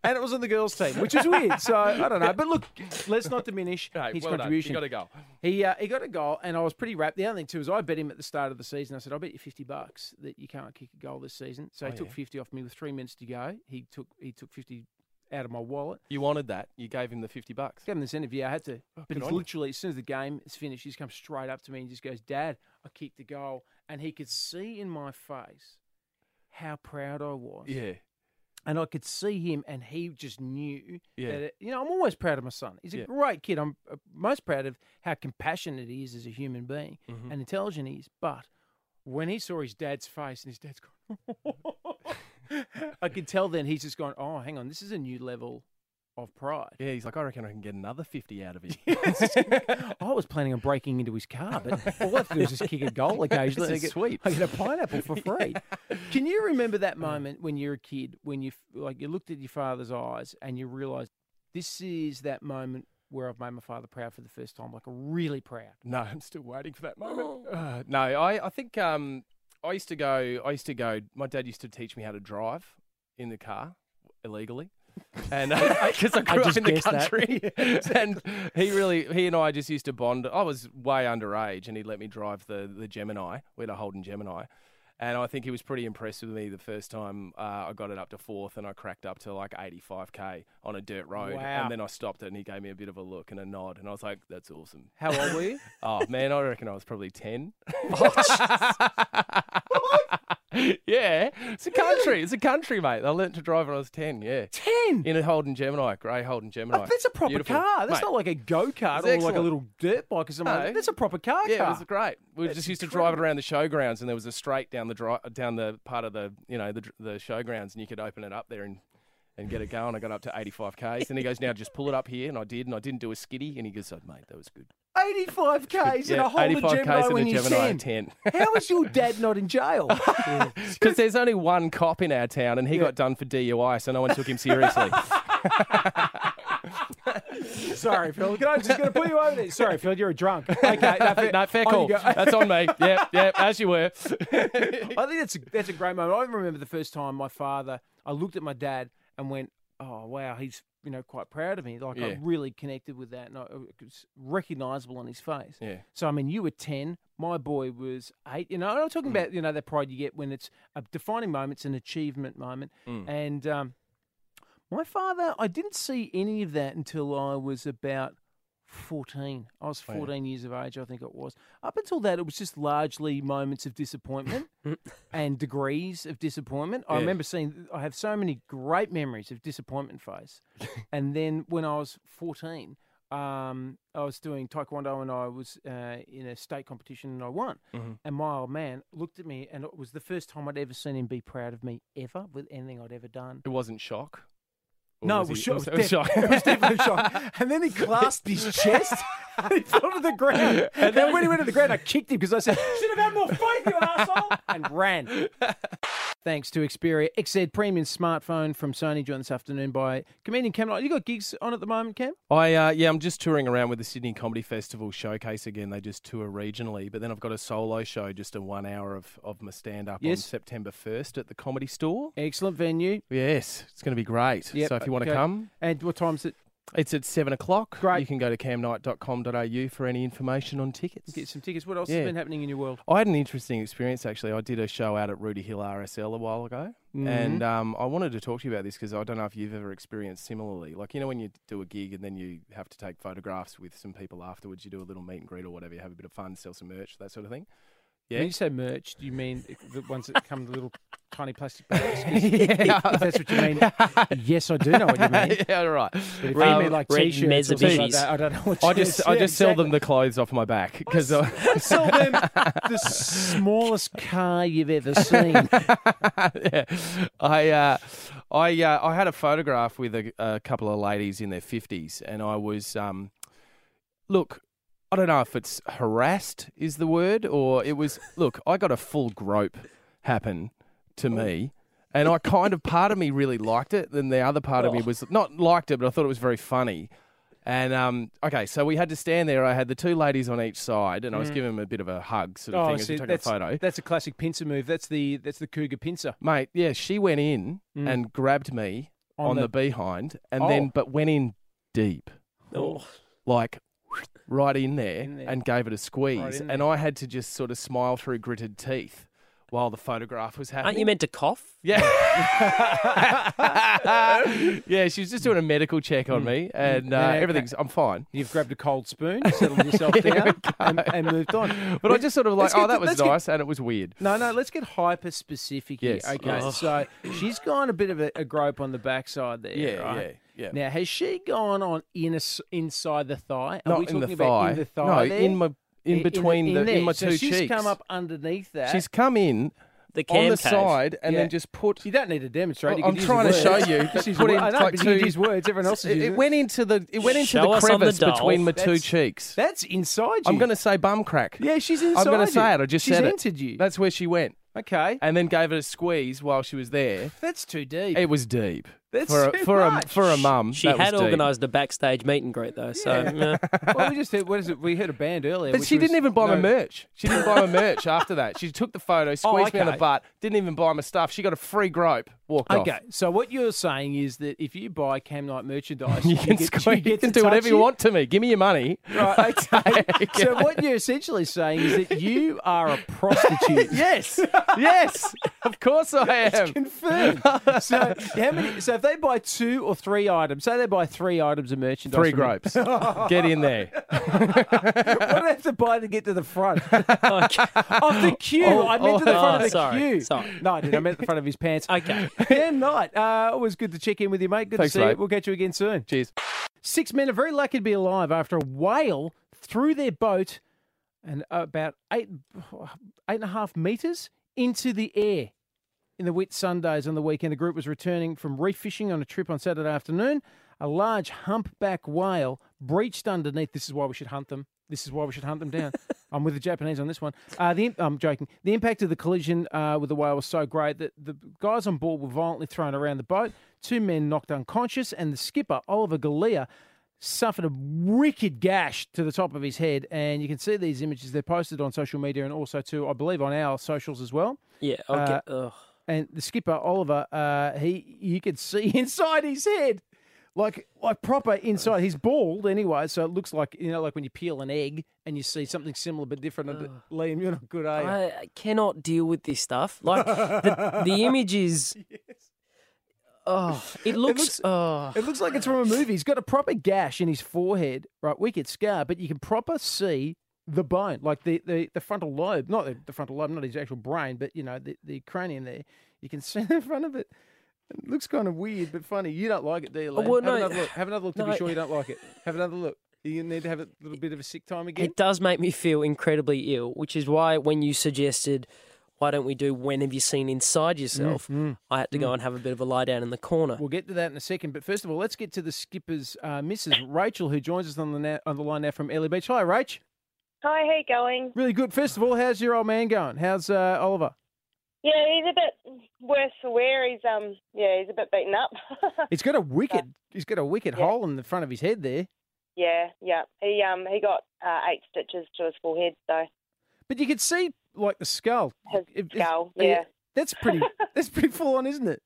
Speaker 4: and it was on the girls' team, which is weird. So I don't know. But look, let's not diminish his
Speaker 5: well done. He
Speaker 4: contribution.
Speaker 5: got a goal.
Speaker 4: He uh, he got a goal, and I was pretty wrapped. The other thing too is I bet him at the start of the season. I said I bet you fifty bucks that you can't kick a goal this season. So he
Speaker 5: Oh,
Speaker 4: took
Speaker 5: yeah.
Speaker 4: fifty off me with three minutes to go. He took he took fifty out of my wallet.
Speaker 5: You wanted that. You gave him the fifty bucks. Oh,
Speaker 4: Gave him this interview. I had to, but
Speaker 5: good
Speaker 4: he's
Speaker 5: on you.
Speaker 4: literally as soon as the game is finished, he's come straight up to me and just goes, "Dad, I kicked the goal," and he could see in my face how proud I was
Speaker 5: Yeah.
Speaker 4: and I could see him, and he just knew
Speaker 5: Yeah.
Speaker 4: that. It, you know, I'm always proud of my son. He's a
Speaker 5: Yeah.
Speaker 4: great kid. I'm uh, most proud of how compassionate he is as a human being
Speaker 5: Mm-hmm.
Speaker 4: and intelligent he is. But when he saw his dad's face and his dad's gone, <laughs> I could tell then he's just gone. Oh, hang on, this is a new level of pride.
Speaker 5: Yeah, he's like, I reckon I can get another fifty out of him. <laughs>
Speaker 4: <laughs> I was planning on breaking into his car, but all I have to do is just kick a goal
Speaker 5: <laughs>
Speaker 4: occasionally.
Speaker 5: This
Speaker 4: I
Speaker 5: is
Speaker 4: get,
Speaker 5: sweet. Uh.
Speaker 4: I get a pineapple
Speaker 5: <laughs>
Speaker 4: for free. Can you remember that moment when you were a kid, when you f- like you looked at your father's eyes and you realised this is that moment where I've made my father proud for the first time, like really proud. Oh,
Speaker 5: No, I'm still waiting for that
Speaker 4: <laughs>
Speaker 5: moment. Uh, no, I, I think um, I used to go. I used to go. My dad used to teach me how to drive in the car illegally, and
Speaker 4: <laughs>
Speaker 5: <laughs> because I grew up
Speaker 4: just
Speaker 5: in the
Speaker 4: guessed that.
Speaker 5: country, <laughs>
Speaker 4: <laughs>
Speaker 5: and he really, he and I just used to bond. I was way underage, and he let me drive the the Gemini. We had a Holden Gemini. And I think he was pretty impressed with me the first time uh, I got it up to fourth, and I cracked up to like 85k on a dirt road.
Speaker 4: Wow.
Speaker 5: And then I stopped it, and he gave me a bit of a look and a nod, and I was like, "That's awesome."
Speaker 4: How old were <laughs> you?
Speaker 5: Oh man, I reckon I was probably
Speaker 4: <laughs>
Speaker 5: ten.
Speaker 4: Oh,
Speaker 5: <laughs> yeah, it's a country. It's a country, mate. I learnt to drive when I was ten. Yeah,
Speaker 4: Ten.
Speaker 5: in a Holden Gemini, grey Holden Gemini.
Speaker 4: That's a proper
Speaker 5: Beautiful.
Speaker 4: car. That's
Speaker 5: Mate,
Speaker 4: not like a go kart
Speaker 5: It's
Speaker 4: or like a
Speaker 5: excellent.
Speaker 4: little dirt bike or something. like
Speaker 5: No.
Speaker 4: that. That's a proper car.
Speaker 5: Yeah,
Speaker 4: car.
Speaker 5: it was great. We just used to drive it around the showgrounds, and there was a straight down the dri- down the part of the you know the dr- the showgrounds, and you could open it up there and. And get it going. I got up to 85 k's. And he goes, "Now just pull it up here." And I did, and I didn't do a skiddy. And he goes, oh, "Mate, that was good." <laughs>
Speaker 4: 85 Ks and a whole
Speaker 5: 85
Speaker 4: Gemini
Speaker 5: Ks in
Speaker 4: when
Speaker 5: a
Speaker 4: you're
Speaker 5: Gemini at <laughs>
Speaker 4: 10.
Speaker 5: 10.
Speaker 4: How is your dad not
Speaker 5: <laughs>
Speaker 4: in jail?
Speaker 5: Because there's only one cop in our town, and he got done for DUI, so no one took him <laughs> seriously.
Speaker 4: Sorry, Phil. Can I just gonna put you over there? Sorry, Phil. You're a
Speaker 5: <laughs>
Speaker 4: drunk. Okay, no, fair,
Speaker 5: no, fair
Speaker 4: on
Speaker 5: call.
Speaker 4: you go.
Speaker 5: That's on <laughs> me. Yep, yep, as you were. <laughs>
Speaker 4: I think that's a, that's a great moment. I remember the first time my father. I looked at my dad and went, "Oh wow, he's you know quite proud of me." Like
Speaker 5: Yeah.
Speaker 4: I really connected with that, and I, it was recognisable on his face.
Speaker 5: Yeah.
Speaker 4: So I mean, you were ten. My boy was eight. You know, and I'm talking about you know that pride you get when it's a defining moment, it's an achievement moment, and um, my father. I didn't see any of that until I was about. 14. I was 14 years of age, I think it was. Up until that, it was just largely moments of disappointment and degrees of disappointment. I
Speaker 5: Yeah.
Speaker 4: remember seeing, I have so many great memories of
Speaker 5: <laughs>
Speaker 4: disappointment phase. and then when I was 14, um, I was doing taekwondo and I was uh, in a state competition and I won.
Speaker 5: Mm-hmm.
Speaker 4: And my old man looked at me and it was the first time I'd ever seen him be proud of me ever with anything I'd ever done.
Speaker 5: It wasn't shock. Or
Speaker 4: No,
Speaker 5: was
Speaker 4: it was,
Speaker 5: he-
Speaker 4: sho-
Speaker 5: was-
Speaker 4: it was
Speaker 5: shock.
Speaker 4: def- it was definitely
Speaker 5: <laughs>
Speaker 4: shock. And then he clasped his chest <laughs> and he fell to the ground. And then when he went to the ground, I kicked him because I said, should have had <laughs> more faith, you asshole, and ran. Thanks to Xperia XZ Premium smartphone from Sony, joined this afternoon by comedian Cam. Knight. You got gigs on at the moment, Cam?
Speaker 5: I uh, yeah, I'm just touring around with the Sydney Comedy Festival showcase again. They just tour regionally, but then I've got a solo show, just a one hour of of my stand up on
Speaker 4: Yes.
Speaker 5: September 1st at the Comedy Store.
Speaker 4: Excellent venue.
Speaker 5: Yes, it's going to be great.
Speaker 4: Yep,
Speaker 5: so if you want to
Speaker 4: okay.
Speaker 5: come,
Speaker 4: And what time's it?
Speaker 5: It's at seven o'clock. Great. You can go to camnight.com.au for any information on tickets.
Speaker 4: Get some tickets. What else
Speaker 5: Yeah.
Speaker 4: has been happening in your world?
Speaker 5: I had an interesting experience actually. I did a show out at Rudy Hill RSL a while ago,
Speaker 4: Mhm.
Speaker 5: and um, I wanted to talk to you about this because I don't know if you've ever experienced similarly. Like you know when you do a gig and then you have to take photographs with some people afterwards. You do a little meet and greet or whatever. You have a bit of fun, sell some merch, that sort of thing. Yeah.
Speaker 4: When you say merch, do you mean the ones that come in the
Speaker 5: <laughs>
Speaker 4: little tiny plastic bags? <laughs> 'Cause if that's what you mean. yes, I do know what you mean.
Speaker 5: <laughs> yeah, all right.
Speaker 4: But if you mean like t-shirts or something like that, I don't know what.
Speaker 5: I
Speaker 4: you-
Speaker 5: just
Speaker 4: Yeah,
Speaker 5: I just sell them the clothes off my back because
Speaker 4: I
Speaker 5: <laughs>
Speaker 4: sell them the smallest car you've ever seen.
Speaker 5: yeah. <laughs> I uh, I uh, I had a photograph with a, a couple of ladies in their fifties, and I was um, look, I don't know if it's harassed is the word or it was look, I got a full grope happen to me. And I kind of, part of me really liked it, and the other part of
Speaker 4: Oh.
Speaker 5: me was not liked it, but I thought it was very funny. And um, okay, so we had to stand there. I had the two ladies on each side, and I was
Speaker 4: Mm.
Speaker 5: giving them a bit of a hug, sort of thing, as we took a
Speaker 4: Oh, that's,
Speaker 5: photo.
Speaker 4: that's a classic pincer move. That's the that's the cougar pincer.
Speaker 5: Mate, yeah, she went in
Speaker 4: Mm.
Speaker 5: and grabbed me
Speaker 4: On
Speaker 5: on, the,
Speaker 4: the-
Speaker 5: behind and
Speaker 4: Oh.
Speaker 5: then but went in deep.
Speaker 6: Oh.
Speaker 5: Like right in there,
Speaker 6: In there.
Speaker 5: and gave it a squeeze.
Speaker 6: in
Speaker 5: and I had to just sort of smile through gritted teeth while the photograph was happening.
Speaker 6: Aren't you meant to cough?
Speaker 4: <laughs>
Speaker 5: Yeah. yeah, she was just doing a medical check
Speaker 4: Mm.
Speaker 5: on me and uh,
Speaker 4: Yeah, okay.
Speaker 5: everything's I'm fine.
Speaker 4: You've grabbed a
Speaker 5: <laughs>
Speaker 4: cold spoon, settled yourself down, and, and moved on.
Speaker 5: But I just sort of like,
Speaker 4: Let's
Speaker 5: oh,
Speaker 4: get-
Speaker 5: that was
Speaker 4: let's get-
Speaker 5: nice and it was weird.
Speaker 4: No, no, let's get hyper specific here.
Speaker 5: Yes. Oh.
Speaker 4: Okay,
Speaker 5: Yes.
Speaker 4: so she's gone a bit of a, a grope on the backside there.
Speaker 5: Yeah,
Speaker 4: right?
Speaker 5: yeah, yeah.
Speaker 4: Now, has she gone on in a s inside the thigh? Are
Speaker 5: Not
Speaker 4: we
Speaker 5: in
Speaker 4: talking
Speaker 5: the
Speaker 4: about
Speaker 5: thigh.
Speaker 4: in the thigh?
Speaker 5: No,
Speaker 4: there?
Speaker 5: in my- in between the- in
Speaker 4: there.
Speaker 5: my
Speaker 4: so
Speaker 5: two
Speaker 4: she's
Speaker 5: cheeks.
Speaker 4: come up underneath that.
Speaker 5: She's come in
Speaker 6: the
Speaker 5: on the side and then just put.
Speaker 4: You don't need to demonstrate. You
Speaker 5: I'm
Speaker 4: could use
Speaker 5: trying to
Speaker 4: words.
Speaker 5: show
Speaker 4: <laughs>
Speaker 5: you.
Speaker 4: Just use
Speaker 5: Put in
Speaker 4: wo- I know,
Speaker 5: like
Speaker 4: but you
Speaker 5: two-
Speaker 4: could use words. Everyone else
Speaker 5: It-
Speaker 4: is
Speaker 5: it
Speaker 4: using
Speaker 5: went into the it went into
Speaker 4: Show
Speaker 5: the
Speaker 4: us on the
Speaker 5: crevice
Speaker 4: doll.
Speaker 5: between my two
Speaker 4: That's-
Speaker 5: cheeks.
Speaker 4: That's inside you.
Speaker 5: I'm going to say bum crack.
Speaker 4: Yeah, she's
Speaker 5: I'm
Speaker 4: inside
Speaker 5: going to say
Speaker 4: you.
Speaker 5: it. I just
Speaker 4: She's
Speaker 5: said it.
Speaker 4: entered you.
Speaker 5: That's where she went.
Speaker 4: Okay.
Speaker 5: And then gave it a squeeze while she was there.
Speaker 4: That's too deep.
Speaker 5: It was deep.
Speaker 4: That's
Speaker 5: for
Speaker 4: too
Speaker 5: a, for
Speaker 4: much.
Speaker 5: a for a mum.
Speaker 6: She
Speaker 5: that was
Speaker 6: had
Speaker 5: deep. <laughs>
Speaker 6: organised a backstage meet and greet though, so
Speaker 4: Yeah.
Speaker 6: yeah.
Speaker 4: well, we just heard, what is it? We heard a band earlier,
Speaker 5: But
Speaker 4: which
Speaker 5: she
Speaker 4: was-
Speaker 5: didn't even buy my
Speaker 4: no. Oh,
Speaker 5: merch. She
Speaker 4: <laughs>
Speaker 5: didn't buy my merch after that. She took the photo, squeezed me on
Speaker 4: okay.
Speaker 5: the butt, didn't even buy my stuff. She got a free grope, walked off.
Speaker 4: Okay, so what you're saying is that if you buy Cam Knight
Speaker 5: <laughs>
Speaker 4: merchandise,
Speaker 5: You can,
Speaker 4: get,
Speaker 5: squeeze, you
Speaker 4: get
Speaker 5: can
Speaker 4: to
Speaker 5: do whatever
Speaker 4: touch
Speaker 5: you
Speaker 4: it?
Speaker 5: want to me. Give me your money.
Speaker 4: Right, okay. so what you're essentially saying is that you are a prostitute.
Speaker 5: <laughs> yes,
Speaker 4: <laughs>
Speaker 5: yes, <laughs> of course I am. <laughs>
Speaker 4: confirmed. So how many? So if they buy two or three items, say they buy three items of merchandise,
Speaker 5: Three
Speaker 4: from you- <laughs>
Speaker 5: gropes. Get in there.
Speaker 4: what do I have to buy to get to
Speaker 5: <laughs>
Speaker 4: the front of the queue?
Speaker 6: Oh,
Speaker 4: I meant to the
Speaker 6: oh,
Speaker 4: front of the
Speaker 6: sorry,
Speaker 4: queue.
Speaker 6: sorry.
Speaker 4: No, I didn't. I meant the front of his pants. Okay. Cam Knight, uh, always good to check in with you, mate. Good
Speaker 5: Thanks,
Speaker 4: to see you.
Speaker 5: mate.
Speaker 4: We'll catch you again soon.
Speaker 5: Cheers.
Speaker 4: Six men are very lucky to be alive after a whale threw their boat and about eight eight and a half meters into the air. In the wet Sundays on the weekend, the group was returning from reef fishing on a trip on Saturday afternoon. A large humpback whale breached underneath. This is why we should hunt them. This is why we should hunt
Speaker 6: <laughs>
Speaker 4: them down. I'm with the Japanese on this one. Uh, the, I'm joking. The impact of the collision uh, with the whale was so great that the guys on board were violently thrown around the boat. Two men knocked unconscious, and the skipper, Oliver Galea, suffered a wicked gash to the top of his head. And you can see these images. They're posted on social media and also, too, I believe, on our socials as well.
Speaker 6: Yeah, I'll
Speaker 4: Uh,
Speaker 6: get- ugh.
Speaker 4: and the skipper Oliver, uh, he you could see <laughs> inside his head, like like proper inside. He's bald anyway, so it looks like you know, like when you peel an egg and you see something similar but different. Liam, you're not good, are you?
Speaker 6: I I cannot deal with this stuff. Like the,
Speaker 4: <laughs>
Speaker 6: the
Speaker 10: <laughs>
Speaker 6: image is. Oh, it looks.
Speaker 4: looks-
Speaker 6: oh.
Speaker 4: It looks like it's from a movie. He's got a proper gash in his forehead, right? Wicked scar, but you can proper see the bone, like the, the, the frontal lobe, not the, the frontal lobe, not his actual brain, but you know, the, the cranium there. You can see <laughs> the front of it. It looks kind of weird, but funny. You don't like it, do you,
Speaker 6: Oh,
Speaker 4: Liam?
Speaker 6: well,
Speaker 4: have,
Speaker 6: no.
Speaker 4: another look. have another look to
Speaker 6: No.
Speaker 4: be sure you don't like it. Have another look. You need to have a little bit of a sick time <laughs> again.
Speaker 6: It does make me feel incredibly ill, which is why when you suggested, why don't we do when have you seen inside yourself,
Speaker 4: mm,
Speaker 6: I had to go and have a bit of a lie down in the corner.
Speaker 4: We'll get to that in a second, but first of all, let's get to the skipper's uh, Mrs. Rachel, who joins us on the na- on the line now from Ellie Beach. Hi, Rach.
Speaker 11: Hi, how you going?
Speaker 4: Really good. First of all, how's your old man going? How's uh, Oliver?
Speaker 11: Yeah, he's a bit worse for wear. He's um, yeah, he's a bit beaten up. <laughs>
Speaker 4: He's got a wicked. He's got a wicked hole in the front of his head there.
Speaker 11: yeah, yeah. He um, he got uh, eight stitches to his forehead, so
Speaker 4: But you can see like the skull. His
Speaker 11: skull, yeah.
Speaker 4: That's
Speaker 11: <laughs>
Speaker 4: pretty. that's pretty full on, isn't it?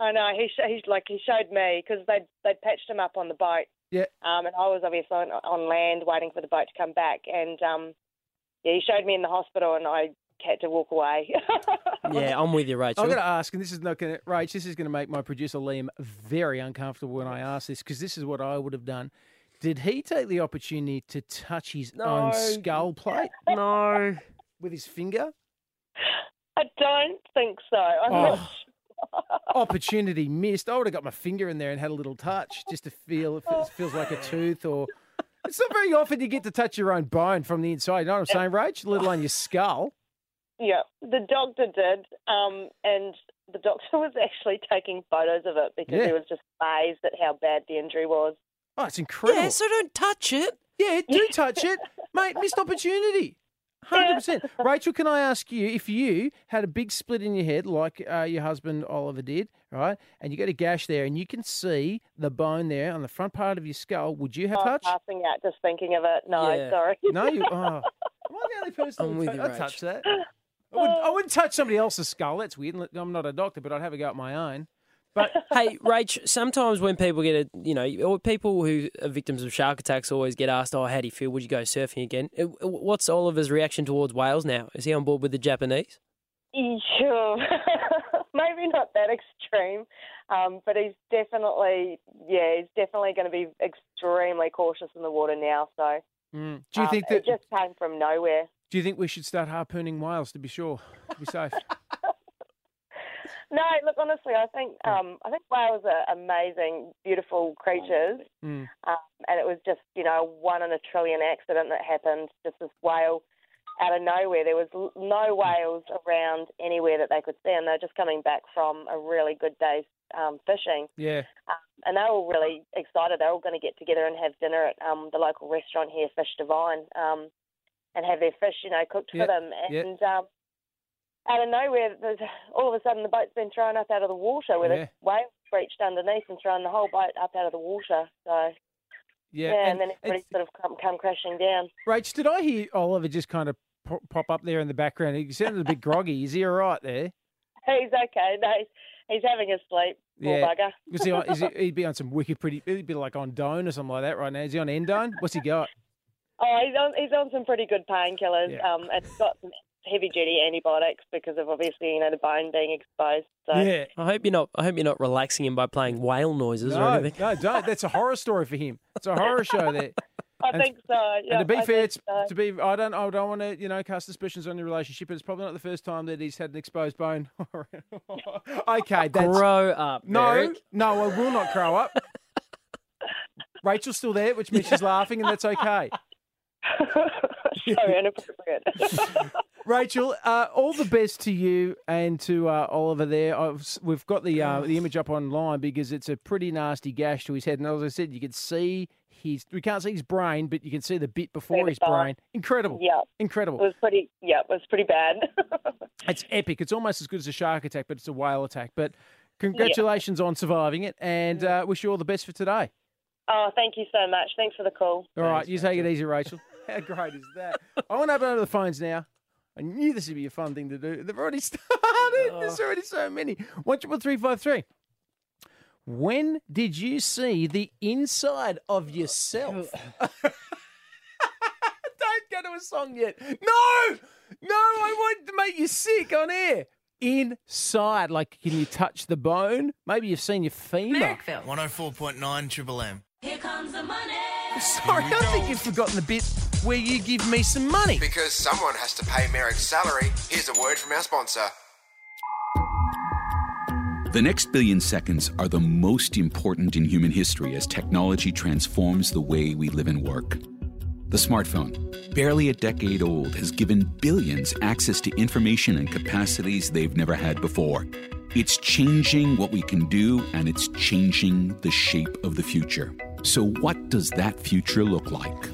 Speaker 11: I know he sh- he's like he showed me because they they patched him up on the boat
Speaker 4: Yeah.
Speaker 11: Um, and I was obviously on, on land waiting for the boat to come back. And um, yeah, he showed me in the hospital, and I had to walk away. <laughs>
Speaker 6: Yeah, I'm with you, Rachel.
Speaker 4: I'm going to ask, and this is not going to, Rach, this is going to make my producer Liam very uncomfortable when I ask this because this is what I would have done. Did he take the opportunity to touch his
Speaker 11: No.
Speaker 4: own skull plate?
Speaker 6: No.
Speaker 4: With his finger?
Speaker 11: I don't think so. I'm
Speaker 6: <laughs>
Speaker 11: not
Speaker 4: Oh. Opportunity missed. I would have got my finger in there and had a little touch just to feel if
Speaker 6: Oh.
Speaker 4: it feels like a tooth or. It's not very often you get to touch your own bone from the inside. You know what I'm saying, Rach? Let alone your skull.
Speaker 11: Yeah, the doctor did, um, and the doctor <laughs> was actually taking photos of it because he
Speaker 4: Yeah.
Speaker 11: was just amazed at how bad the injury was.
Speaker 4: Oh, it's incredible. Yeah, so
Speaker 6: don't touch it.
Speaker 4: Yeah, do touch it. Mate, missed opportunity. 100%. Rachel, can I ask you if you had a big split in your head like uh, your husband Oliver did, right? And you got a gash there and you can see the bone there on the front part of your skull, would you
Speaker 6: Oh,
Speaker 4: have
Speaker 11: I'm
Speaker 4: touched?
Speaker 11: passing out just thinking of it. No,
Speaker 4: Yeah.
Speaker 11: sorry.
Speaker 4: No, you
Speaker 11: <laughs>
Speaker 4: are. I'm with you, I'd Rach. touch that. I wouldn't, I wouldn't touch somebody else's skull. That's weird. I'm not a doctor, but I'd have a go at my own.
Speaker 6: But <laughs> hey, Rach, sometimes when people get a, you know, or people who are victims of shark attacks always get asked, "Oh, how do you feel? Would you go surfing again?" Uh, What's Oliver's reaction towards whales now? Is he on board with the Japanese?
Speaker 11: Sure. <laughs> Maybe not that extreme, um, but he's definitely, yeah, he's definitely going to be extremely cautious in the water now. So,
Speaker 4: Mm. Do you
Speaker 11: um,
Speaker 4: think that?
Speaker 11: it just came from nowhere?
Speaker 4: Do you think we should start harpooning whales to be sure, to be safe? <laughs>
Speaker 11: No, look, honestly, I think um, I think whales are amazing, beautiful creatures.
Speaker 4: Mm.
Speaker 11: Um, and it was just, you know, a one in a trillion accident that happened. Just this whale out of nowhere. There was l- no whales around anywhere that they could see, and they were just coming back from a really good day's um, fishing.
Speaker 4: Yeah.
Speaker 11: And they were all really excited. They were all going to get together and have dinner at um, the local restaurant here, Fish Divine, um, and have their fish, you know, cooked
Speaker 12: Yeah,
Speaker 11: for them.
Speaker 12: yeah.
Speaker 11: And um, out of nowhere, there's, all of a sudden, the boat's been thrown up out of the water with
Speaker 4: Yeah.
Speaker 11: a wave reached underneath and thrown the whole boat up out of the water. So
Speaker 4: Yeah,
Speaker 11: and,
Speaker 4: and
Speaker 11: then everybody sort of come, come crashing down. <laughs>
Speaker 4: Rach, did I hear Oliver just kind of po- pop up there in the background? He sounded a bit groggy. Is he all right there?
Speaker 11: He's okay. No, he's, he's having his sleep. Poor bugger.
Speaker 4: Was he on, is he, he'd be on some wicked pretty, he'd be like on Doan or something like that right now. Is he on Endone? What's he got?
Speaker 11: Oh, he's on he's on some pretty good painkillers.
Speaker 4: Yeah.
Speaker 11: Um, it's got some heavy duty antibiotics because of obviously you know the bone being exposed. So
Speaker 6: I hope you're not. I hope you're not relaxing him by playing whale noises or
Speaker 4: No,
Speaker 6: anything.
Speaker 4: no, don't. That's a horror story for him. It's a horror
Speaker 11: <laughs>
Speaker 4: show there.
Speaker 11: I
Speaker 4: And-
Speaker 11: think so. Yeah,
Speaker 4: and to be
Speaker 11: I
Speaker 4: fair,
Speaker 11: think
Speaker 4: it's,
Speaker 11: so.
Speaker 4: to be, I don't, I don't want to, you know, cast suspicions on your relationship, but it's probably not the first time that he's had an exposed bone. <laughs> okay, that's
Speaker 6: grow up.
Speaker 4: No,
Speaker 6: Eric.
Speaker 4: no, I will not
Speaker 11: <laughs>
Speaker 4: grow up. Rachel's still there, which means she's laughing, and that's okay.
Speaker 11: <laughs> Sorry, inappropriate.
Speaker 4: <laughs> Rachel, uh, all the best to you and to uh, Oliver there. I've, s- we've got the uh, the image up online because it's a pretty nasty gash to his head. And as I said, you can see his we can't see his brain, but you can see the bit before his
Speaker 11: bone.
Speaker 4: brain. Incredible.
Speaker 11: Yeah.
Speaker 4: Incredible.
Speaker 11: It was pretty. Yeah, it was pretty bad. <laughs>
Speaker 4: It's epic. It's almost as good as a shark attack, but it's a whale attack. But congratulations on surviving it, and uh, wish you all the best for today.
Speaker 11: oh, thank you so much. Thanks for the call.
Speaker 4: All right, you <laughs> take it
Speaker 11: <laughs>
Speaker 4: easy, Rachel. How great is that? I want to open up the phones now. I knew this would be a fun thing to do. They've already <laughs> started. There's already so many. One triple three five three. When did you see the inside of yourself? <laughs> Don't go to a song yet. No, no, I want to make you sick on air. Inside, like, can you touch the bone? Maybe you've seen your femur.
Speaker 13: 104.9 Triple M.
Speaker 8: Here comes the money.
Speaker 4: Sorry, I think you've forgotten the bit where you give me some money.
Speaker 1: Because someone has to pay Merrick's salary, here's a word from our sponsor.
Speaker 14: The next billion seconds are the most important in human history as technology transforms the way we live and work. The smartphone, barely a decade old, has given billions access to information and capacities they've never had before. It's changing what we can do, and it's changing the shape of the future. So, what does that future look like?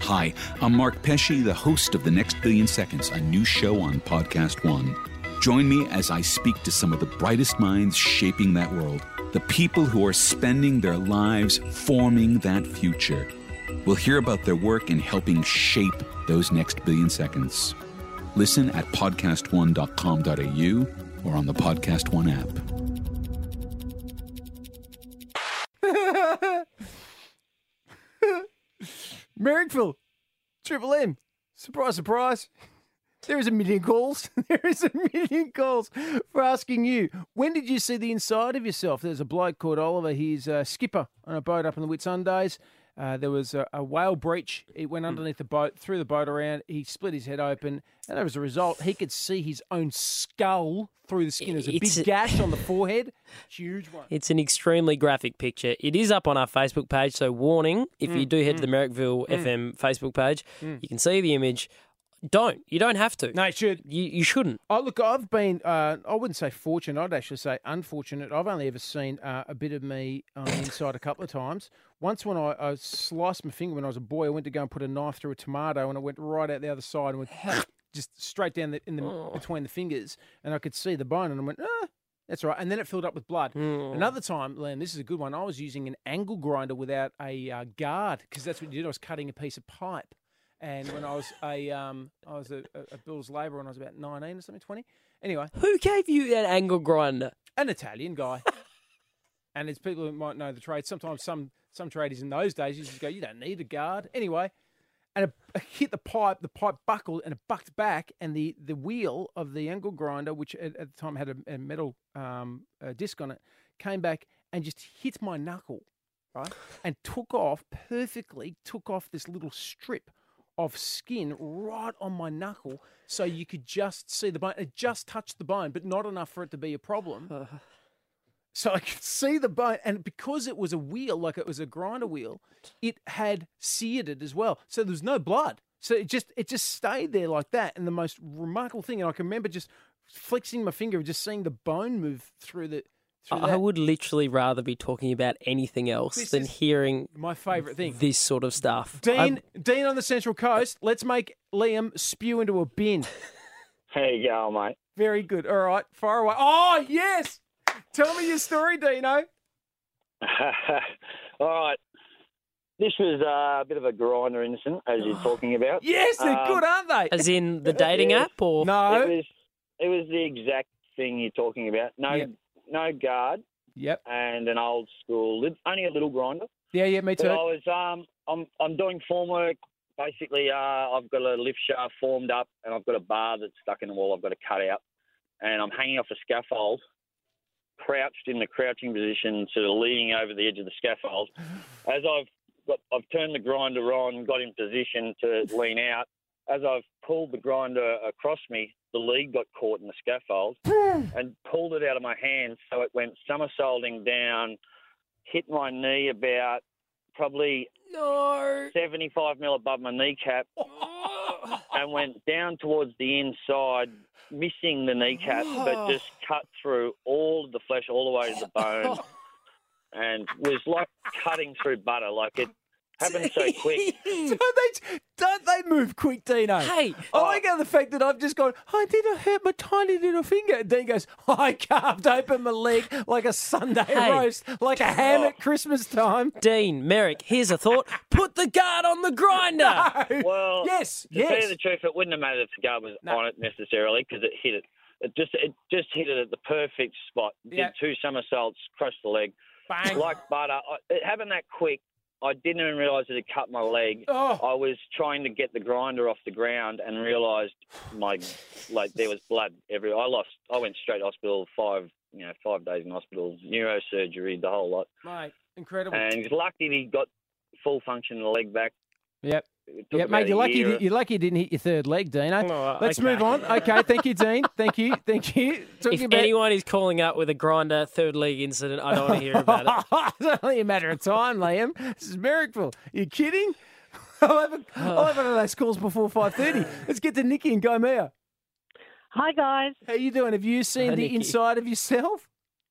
Speaker 14: Hi, I'm Mark Pesci, the host of The Next Billion Seconds, a new show on Podcast One. Join me as I speak to some of the brightest minds shaping that world, the people who are spending their lives forming that future. We'll hear about their work in helping shape those next billion seconds. Listen at podcastone.com.au or on the Podcast One app.
Speaker 4: <laughs> Marrickville, Triple M. Surprise, surprise. There is a million calls. <laughs> There is a million calls for asking you. When did you see the inside of yourself? There's a bloke called Oliver. He's a skipper on a boat up in the Whitsundays. Uh, there was a, a whale breach. It
Speaker 6: Hmm.
Speaker 4: went underneath the boat, threw the boat around. He split his head open, and as a result, he could see his own skull through the skin. There's a
Speaker 6: It's
Speaker 4: big
Speaker 6: a- <laughs>
Speaker 4: gash on the forehead. It's a huge one.
Speaker 6: It's an extremely graphic picture. It is up on our Facebook page, so warning if you
Speaker 4: Mm,
Speaker 6: do head to
Speaker 4: mm,
Speaker 6: the Merrickville
Speaker 4: mm.
Speaker 6: FM Facebook page,
Speaker 4: Mm.
Speaker 6: you can see the image. Don't. You don't have to. No,
Speaker 4: you should.
Speaker 6: You, you shouldn't.
Speaker 4: Oh, look, I've been, uh, I wouldn't say fortunate, I'd actually say unfortunate. I've only ever seen uh, a bit of me on the inside a couple of times. Once when I, I sliced my finger when I was a boy, I went to go and put a knife through a tomato and it went right out the other side and went <laughs> just straight down the, in the,
Speaker 6: Oh.
Speaker 4: between the fingers. And I could see the bone and I went, ah, that's all right. And then it filled up with blood.
Speaker 6: Hmm.
Speaker 4: Another time, Liam, this is a good one. I was using an angle grinder without a uh, guard because that's what you did. I was cutting a piece of pipe. And when I was a, um, I was a, a, a Bill's labourer when I was about 19 or something, 20. Anyway,
Speaker 6: Who gave you that angle grinder?
Speaker 4: an Italian guy. and it's people who might know the trade. Sometimes some, some traders in those days used to go, you don't need a guard. Anyway, and it it hit the pipe, the pipe buckled and it bucked back. And the, the wheel of the angle grinder, which at, at the time had a, a metal um, uh disc on it, came back and just hit my knuckle, right? And took off perfectly, took off this little strip of skin right on my knuckle so you could just see the bone. It just touched the bone, but not enough for it to be a problem. So I could see the bone, and because it was a wheel, like it was a grinder wheel, it had seared it as well. So there was no blood. So it just it just stayed there like that. And the most remarkable thing, and I can remember just flexing my finger and just seeing the bone move through the through
Speaker 6: Uh, I
Speaker 4: that.
Speaker 6: would literally rather be talking about anything else
Speaker 4: This
Speaker 6: than
Speaker 4: is
Speaker 6: hearing
Speaker 4: my favourite thing.
Speaker 6: this sort of stuff.
Speaker 4: Dean,
Speaker 6: I'm-
Speaker 4: Dean on the Central Coast. Let's make Liam spew into a bin.
Speaker 12: There you go, mate.
Speaker 4: Very good. All right, far away. Oh yes, tell me your story, Dino.
Speaker 12: <laughs> All right. This was uh, a bit of a grinder incident, as you're talking about.
Speaker 4: <sighs> Yes, they're good, aren't they?
Speaker 6: um, As
Speaker 4: <laughs>
Speaker 6: in the dating
Speaker 12: Yeah.
Speaker 6: app, or
Speaker 12: It was, it was the exact thing you're talking about. No,
Speaker 4: Yep.
Speaker 12: no guard.
Speaker 4: Yep.
Speaker 12: And an old school, li- only a little grinder.
Speaker 4: Yeah, yeah, me
Speaker 12: But I
Speaker 4: too.
Speaker 12: was um, I'm I'm doing formwork. Basically, uh, I've got a lift shaft formed up, and I've got a bar that's stuck in the wall. I've got to cut out, and I'm hanging off a scaffold, crouched in the crouching position, sort of leaning over the edge of the
Speaker 4: <laughs>
Speaker 12: scaffold. As I've got, I've turned the grinder on, got in position to lean out. As I've pulled the grinder across me, the lead got caught in the
Speaker 4: <sighs>
Speaker 12: scaffold and pulled it out of my hand, so it went somersaulting down, hit my knee about probably
Speaker 6: no
Speaker 12: 75 mil above my kneecap and went down towards the inside, missing the kneecap, but just cut through all of the flesh all the way to the bone and was like cutting through butter. Like it happened so quick.
Speaker 6: Hmm.
Speaker 4: don't they don't they move quick, Dino?
Speaker 12: Hey.
Speaker 4: I
Speaker 6: oh.
Speaker 4: like how the fact that I've just gone. I did I hurt my tiny little finger? And Dean goes. I carved open my leg like a Sunday
Speaker 6: Hey.
Speaker 4: roast, like a ham at Christmas time.
Speaker 6: Dean Merrick, here's a thought: put the guard on the grinder.
Speaker 12: Well,
Speaker 4: yes,
Speaker 12: To tell you the truth, it wouldn't have mattered if the guard was on it necessarily because it hit it. It just it just hit it at the perfect spot.
Speaker 4: Yeah.
Speaker 12: Did two somersaults, crushed the leg,
Speaker 4: Bang.
Speaker 12: like butter. I, it happened that quick. I didn't even realise it had cut my leg.
Speaker 4: Oh.
Speaker 12: I was trying to get the grinder off the ground and realised my like there was blood everywhere. I lost. I went straight to hospital. Five you know five days in hospital, neurosurgery, the whole lot.
Speaker 4: Mate, incredible.
Speaker 12: And he's lucky he got full function of the leg back.
Speaker 4: Yep.
Speaker 12: It took
Speaker 4: Yeah, mate,
Speaker 12: about a
Speaker 4: you're lucky.
Speaker 12: year.
Speaker 4: that- You're lucky you didn't hit your third leg, Dino.
Speaker 6: Oh,
Speaker 4: Let's
Speaker 6: okay.
Speaker 4: move on. Okay, thank you, Dean. Thank you, thank you. Talking
Speaker 6: if
Speaker 4: about-
Speaker 6: anyone is calling up with a grinder third league incident, I don't want to hear about
Speaker 4: <laughs>
Speaker 6: it.
Speaker 4: it's only a matter of time, Liam. This is miracle. You kidding? <laughs> I'll have, a, I'll have one of those calls before five thirty. Let's get to Nikki and Gomea.
Speaker 15: Hi guys.
Speaker 4: How you doing? Have you seen
Speaker 15: Hi,
Speaker 4: the
Speaker 15: Nikki.
Speaker 4: <laughs> inside of yourself?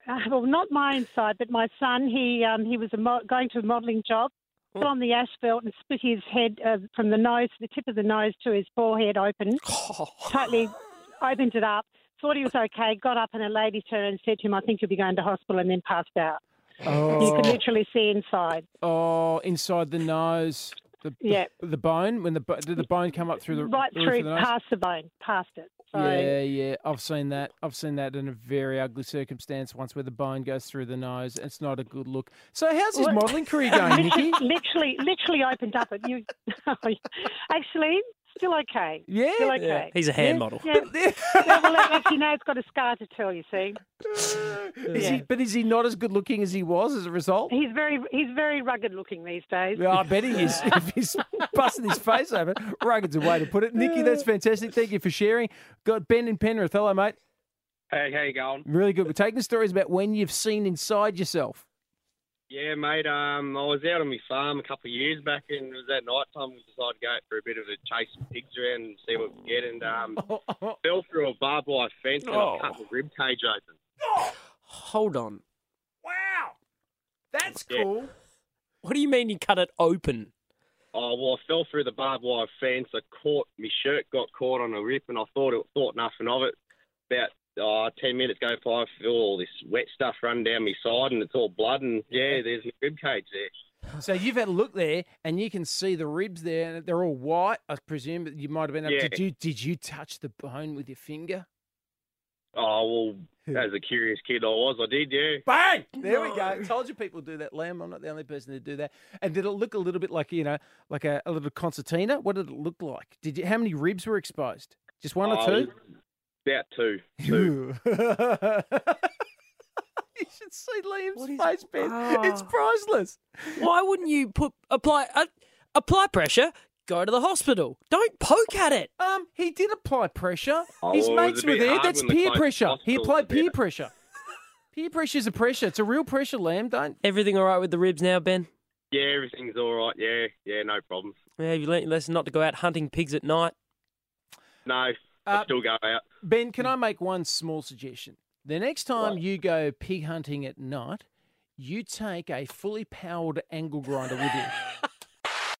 Speaker 15: Uh, well, not my inside, but my son. He um, he was a mo- going to a modelling job,
Speaker 4: Oh.
Speaker 15: got on the asphalt and split his head uh, from the nose, the tip of the nose to his forehead
Speaker 4: <laughs>
Speaker 15: open,
Speaker 4: Oh.
Speaker 15: totally opened it up. Thought he was okay. Got up and a lady turned and said to him, "I think you'll be going to hospital," and then passed out. You
Speaker 4: Oh.
Speaker 15: could literally see inside.
Speaker 4: Oh, inside the nose. The,
Speaker 15: Yeah.
Speaker 4: The bone when the bo- did the bone come up through the
Speaker 15: right
Speaker 4: roof
Speaker 15: through
Speaker 4: of the nose?
Speaker 15: past the bone, past it. So
Speaker 4: Yeah, yeah. I've seen that. I've seen that in a very ugly circumstance once where the bone goes through the nose. It's not a good look. So how's his
Speaker 15: Well,
Speaker 4: modelling
Speaker 15: <laughs>
Speaker 4: career going, Nikki?
Speaker 15: literally, literally, literally opened up. It you <laughs> actually still okay.
Speaker 4: Yeah.
Speaker 15: still
Speaker 4: Yeah.
Speaker 15: okay.
Speaker 6: He's a hand model.
Speaker 15: Yeah. <laughs> yeah, well, actually, now it's got a scar to tell. You
Speaker 4: <laughs>
Speaker 15: see,
Speaker 4: Is he, but is he not as good looking as he was as a result?
Speaker 15: he's very he's very rugged looking these days.
Speaker 4: Yeah, I bet he
Speaker 15: <laughs>
Speaker 4: is. if he's busting his face open, rugged's a way to put it. Nikki, that's fantastic. Thank you for sharing. Got Ben in Penrith. Hello, mate.
Speaker 16: Hey, how you going?
Speaker 4: Really good. We're taking stories about when you've seen inside yourself.
Speaker 16: Yeah, mate. Um, I was out on my farm a couple of years back, and it was at night time. We decided to go out for a bit of a chase of pigs around and see what we could get, and um, fell through a barbed wire fence and
Speaker 6: Oh.
Speaker 16: I cut the rib cage open.
Speaker 6: Hold on.
Speaker 4: That's
Speaker 16: cool.
Speaker 6: What do you mean you cut it open?
Speaker 16: Oh well, I fell through the barbed wire fence. I caught my shirt got caught on a rip, and I thought it thought nothing of it. About oh, ten minutes go by, I feel all this wet stuff run down my side, and it's all blood. And yeah, there's my rib cage there.
Speaker 4: So you've had a look there, and you can see the ribs there, and they're all white. I presume that you might have been able.
Speaker 16: Yeah.
Speaker 4: Did you did you touch the bone with your finger?
Speaker 16: Oh well, as a curious kid I was, I did. Yeah.
Speaker 4: Bang! There we go. Told you people do that, Lamb. I'm not the only person to do that. And did it look a little bit like you know, like a, a little concertina? What did it look like? Did you? How many ribs were exposed? Just one or
Speaker 16: Oh,
Speaker 4: two?
Speaker 16: About
Speaker 4: <laughs>
Speaker 16: two.
Speaker 4: Two. <laughs> you should see Liam's face, Ben. It's priceless.
Speaker 6: Ah. Why wouldn't you put apply uh, apply pressure? Go to the hospital. Don't poke at it.
Speaker 4: Um, he did apply pressure.
Speaker 6: Oh,
Speaker 4: His
Speaker 6: well, it was
Speaker 4: mates
Speaker 6: a
Speaker 4: were
Speaker 6: bit
Speaker 4: there.
Speaker 6: hard
Speaker 4: That's
Speaker 6: when the
Speaker 4: peer
Speaker 6: close
Speaker 4: pressure. He
Speaker 6: hospital
Speaker 4: applied peer pressure. Peer pressure's a pressure. It's a real pressure, Lamb. Don't.
Speaker 6: Everything all right with the ribs now, Ben?
Speaker 16: Yeah, everything's all right. Yeah, yeah, no problems.
Speaker 6: Yeah, have you learnt your lesson not to go out hunting pigs at night?
Speaker 16: No, I still go out.
Speaker 4: Ben, can I make one small suggestion? The next time you go pig hunting at night, you take a fully powered angle grinder with you.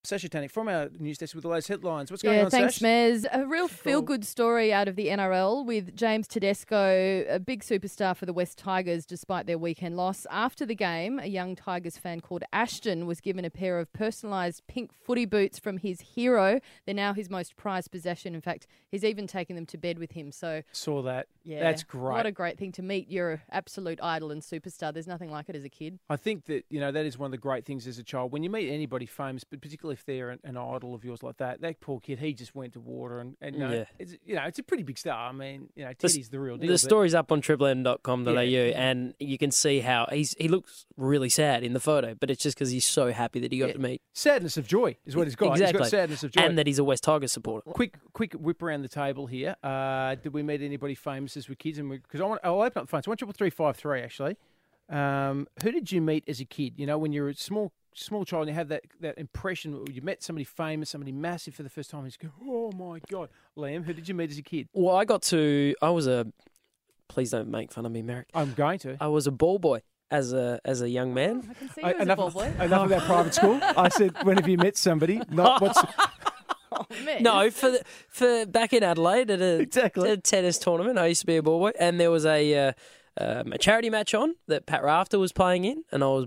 Speaker 4: Sash Tanic from our news desk with the latest headlines. What's going
Speaker 17: yeah,
Speaker 4: on,
Speaker 17: thanks,
Speaker 4: Sash?
Speaker 17: Mez. A real feel-good story out of the NRL with James Tedesco, a big superstar for the West Tigers, despite their weekend loss. After the game, a young Tigers fan called Ashton was given a pair of personalised pink footy boots from his hero. They're now his most prized possession. In fact, he's even taken them to bed with him. So,
Speaker 4: Saw that.
Speaker 17: yeah,
Speaker 4: That's great.
Speaker 17: What a great thing to meet your absolute idol and superstar. There's nothing like it as a kid.
Speaker 4: I think that you know that is one of the great things as a child when you meet anybody famous, but particularly if they're an, an idol of yours like that. That poor kid, he just went to water, and, and you know,
Speaker 6: Yeah.
Speaker 4: it's, you know, it's a pretty big star. I mean, you know,
Speaker 6: The s-
Speaker 4: Teddy's the real deal.
Speaker 6: The
Speaker 4: but-
Speaker 6: story's up on triplem.com.au
Speaker 4: Yeah.
Speaker 6: and you can see how he's he looks really sad in the photo, but it's just because he's so happy that he got
Speaker 4: Yeah.
Speaker 6: to meet.
Speaker 4: sadness of joy is what he's got.
Speaker 6: Exactly.
Speaker 4: He's got sadness of joy.
Speaker 6: And that he's a West Tigers supporter.
Speaker 4: quick, quick whip around the table here. Uh, did we meet anybody famous as we were kids? And because I want, I'll open up the phone. So one triple three five three actually. Um, who did you meet as a kid? You know, when you're a small small child, and you have that that impression. where You met somebody famous, somebody massive for the first time. And you just go, oh my god, Liam. Who did you meet as a kid?
Speaker 6: Well, I got to. I was a. Please don't make fun of me, Merrick.
Speaker 4: I'm going to.
Speaker 6: I was a ball boy as a as a young man. I can see
Speaker 4: Uh, enough, enough of that
Speaker 6: <laughs>
Speaker 4: private school. I said, when have you met somebody? Not what's
Speaker 6: No, for the, for back in Adelaide at a, a tennis tournament, I used to be a ball boy, and there was a uh, um, a charity match on that Pat Rafter was playing in, and I was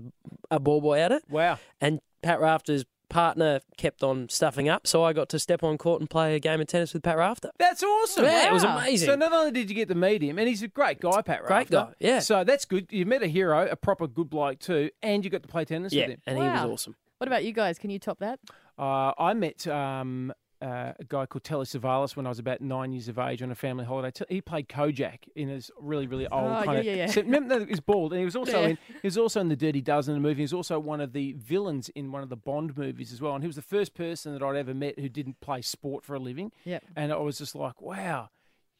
Speaker 6: a ball boy at it.
Speaker 4: Wow!
Speaker 6: And Pat Rafter's partner kept on stuffing up, so I got to step on court and play a game of tennis with Pat
Speaker 4: <laughs>
Speaker 6: Rafter.
Speaker 4: That's awesome.
Speaker 6: Yeah, it was amazing.
Speaker 4: So not only did you get to meet him, and he's a great guy, Pat
Speaker 6: Great
Speaker 4: Rafter.
Speaker 6: guy, yeah.
Speaker 4: So that's good. You met a hero, a proper good bloke too, and you got to play tennis
Speaker 6: Yeah,
Speaker 4: with him.
Speaker 6: and he was Wow. awesome.
Speaker 17: What about you guys? Can you top that?
Speaker 4: Uh, I met um, uh, a guy called Telly Savalas when I was about nine years of age on a family holiday. Te- He played Kojak in his really, really old
Speaker 17: Oh,
Speaker 4: kind
Speaker 17: yeah,
Speaker 4: of.
Speaker 17: yeah, yeah.
Speaker 4: So, remember, no, he was bald, and he was also
Speaker 17: Yeah.
Speaker 4: in. He was also in the Dirty Dozen movie. He was also one of the villains in one of the Bond movies as well. And he was the first person that I'd ever met who didn't play sport for a living.
Speaker 17: Yep.
Speaker 4: And I was just like, wow,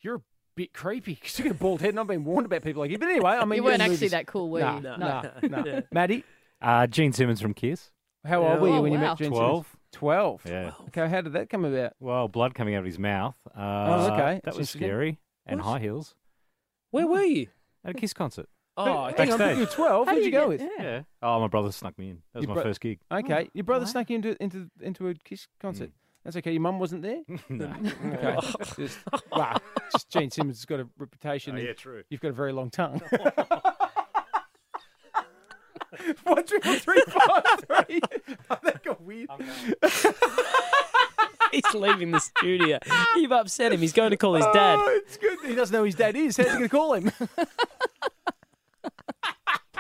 Speaker 4: you're a bit creepy <laughs> because you got a bald head, and I've been warned about people like you. But anyway, I mean,
Speaker 17: You
Speaker 4: you're
Speaker 17: weren't
Speaker 4: in
Speaker 17: actually
Speaker 4: movies.
Speaker 17: that cool, were
Speaker 4: Nah,
Speaker 17: you?
Speaker 4: Nah,
Speaker 17: No. <laughs>
Speaker 4: nah, nah. Maddie,
Speaker 18: Uh, Gene Simmons from Kiss.
Speaker 4: how old were you
Speaker 17: Oh,
Speaker 4: when you
Speaker 17: wow.
Speaker 4: met Gene? Simmons?
Speaker 18: 12.
Speaker 4: 12.
Speaker 18: Yeah.
Speaker 4: Okay, how did that come about?
Speaker 18: Well, blood coming out of his mouth. Uh,
Speaker 4: Oh, okay.
Speaker 18: That
Speaker 4: That's
Speaker 18: was
Speaker 4: interesting.
Speaker 18: scary. And
Speaker 4: What?
Speaker 18: high heels.
Speaker 6: Where were you?
Speaker 18: At a Kiss concert.
Speaker 4: Oh, hang on, but you were 12.
Speaker 18: How
Speaker 4: Who'd
Speaker 18: do
Speaker 4: you
Speaker 18: you
Speaker 4: go
Speaker 18: get-
Speaker 4: with?
Speaker 18: yeah. Oh, my brother snuck me in. That was
Speaker 4: Your
Speaker 18: my
Speaker 4: bro-
Speaker 18: first gig. Mm.
Speaker 4: Okay, your brother snuck you into into into a kiss concert. That's okay. Your mum wasn't
Speaker 18: <laughs>
Speaker 4: there. <laughs>
Speaker 18: no.
Speaker 4: Okay. <laughs> just, wow. Just Gene Simmons has got a reputation.
Speaker 18: Oh,
Speaker 4: and
Speaker 18: <laughs> yeah, true.
Speaker 4: You've got a very long tongue. <laughs> One triple three
Speaker 18: <laughs>
Speaker 4: five three. I think a weird.
Speaker 6: He's leaving the
Speaker 4: <laughs>
Speaker 6: studio. <laughs> You've upset him. He's going to call his dad.
Speaker 4: Oh, it's good. that He doesn't know who his dad is. How's he going to call him? <laughs>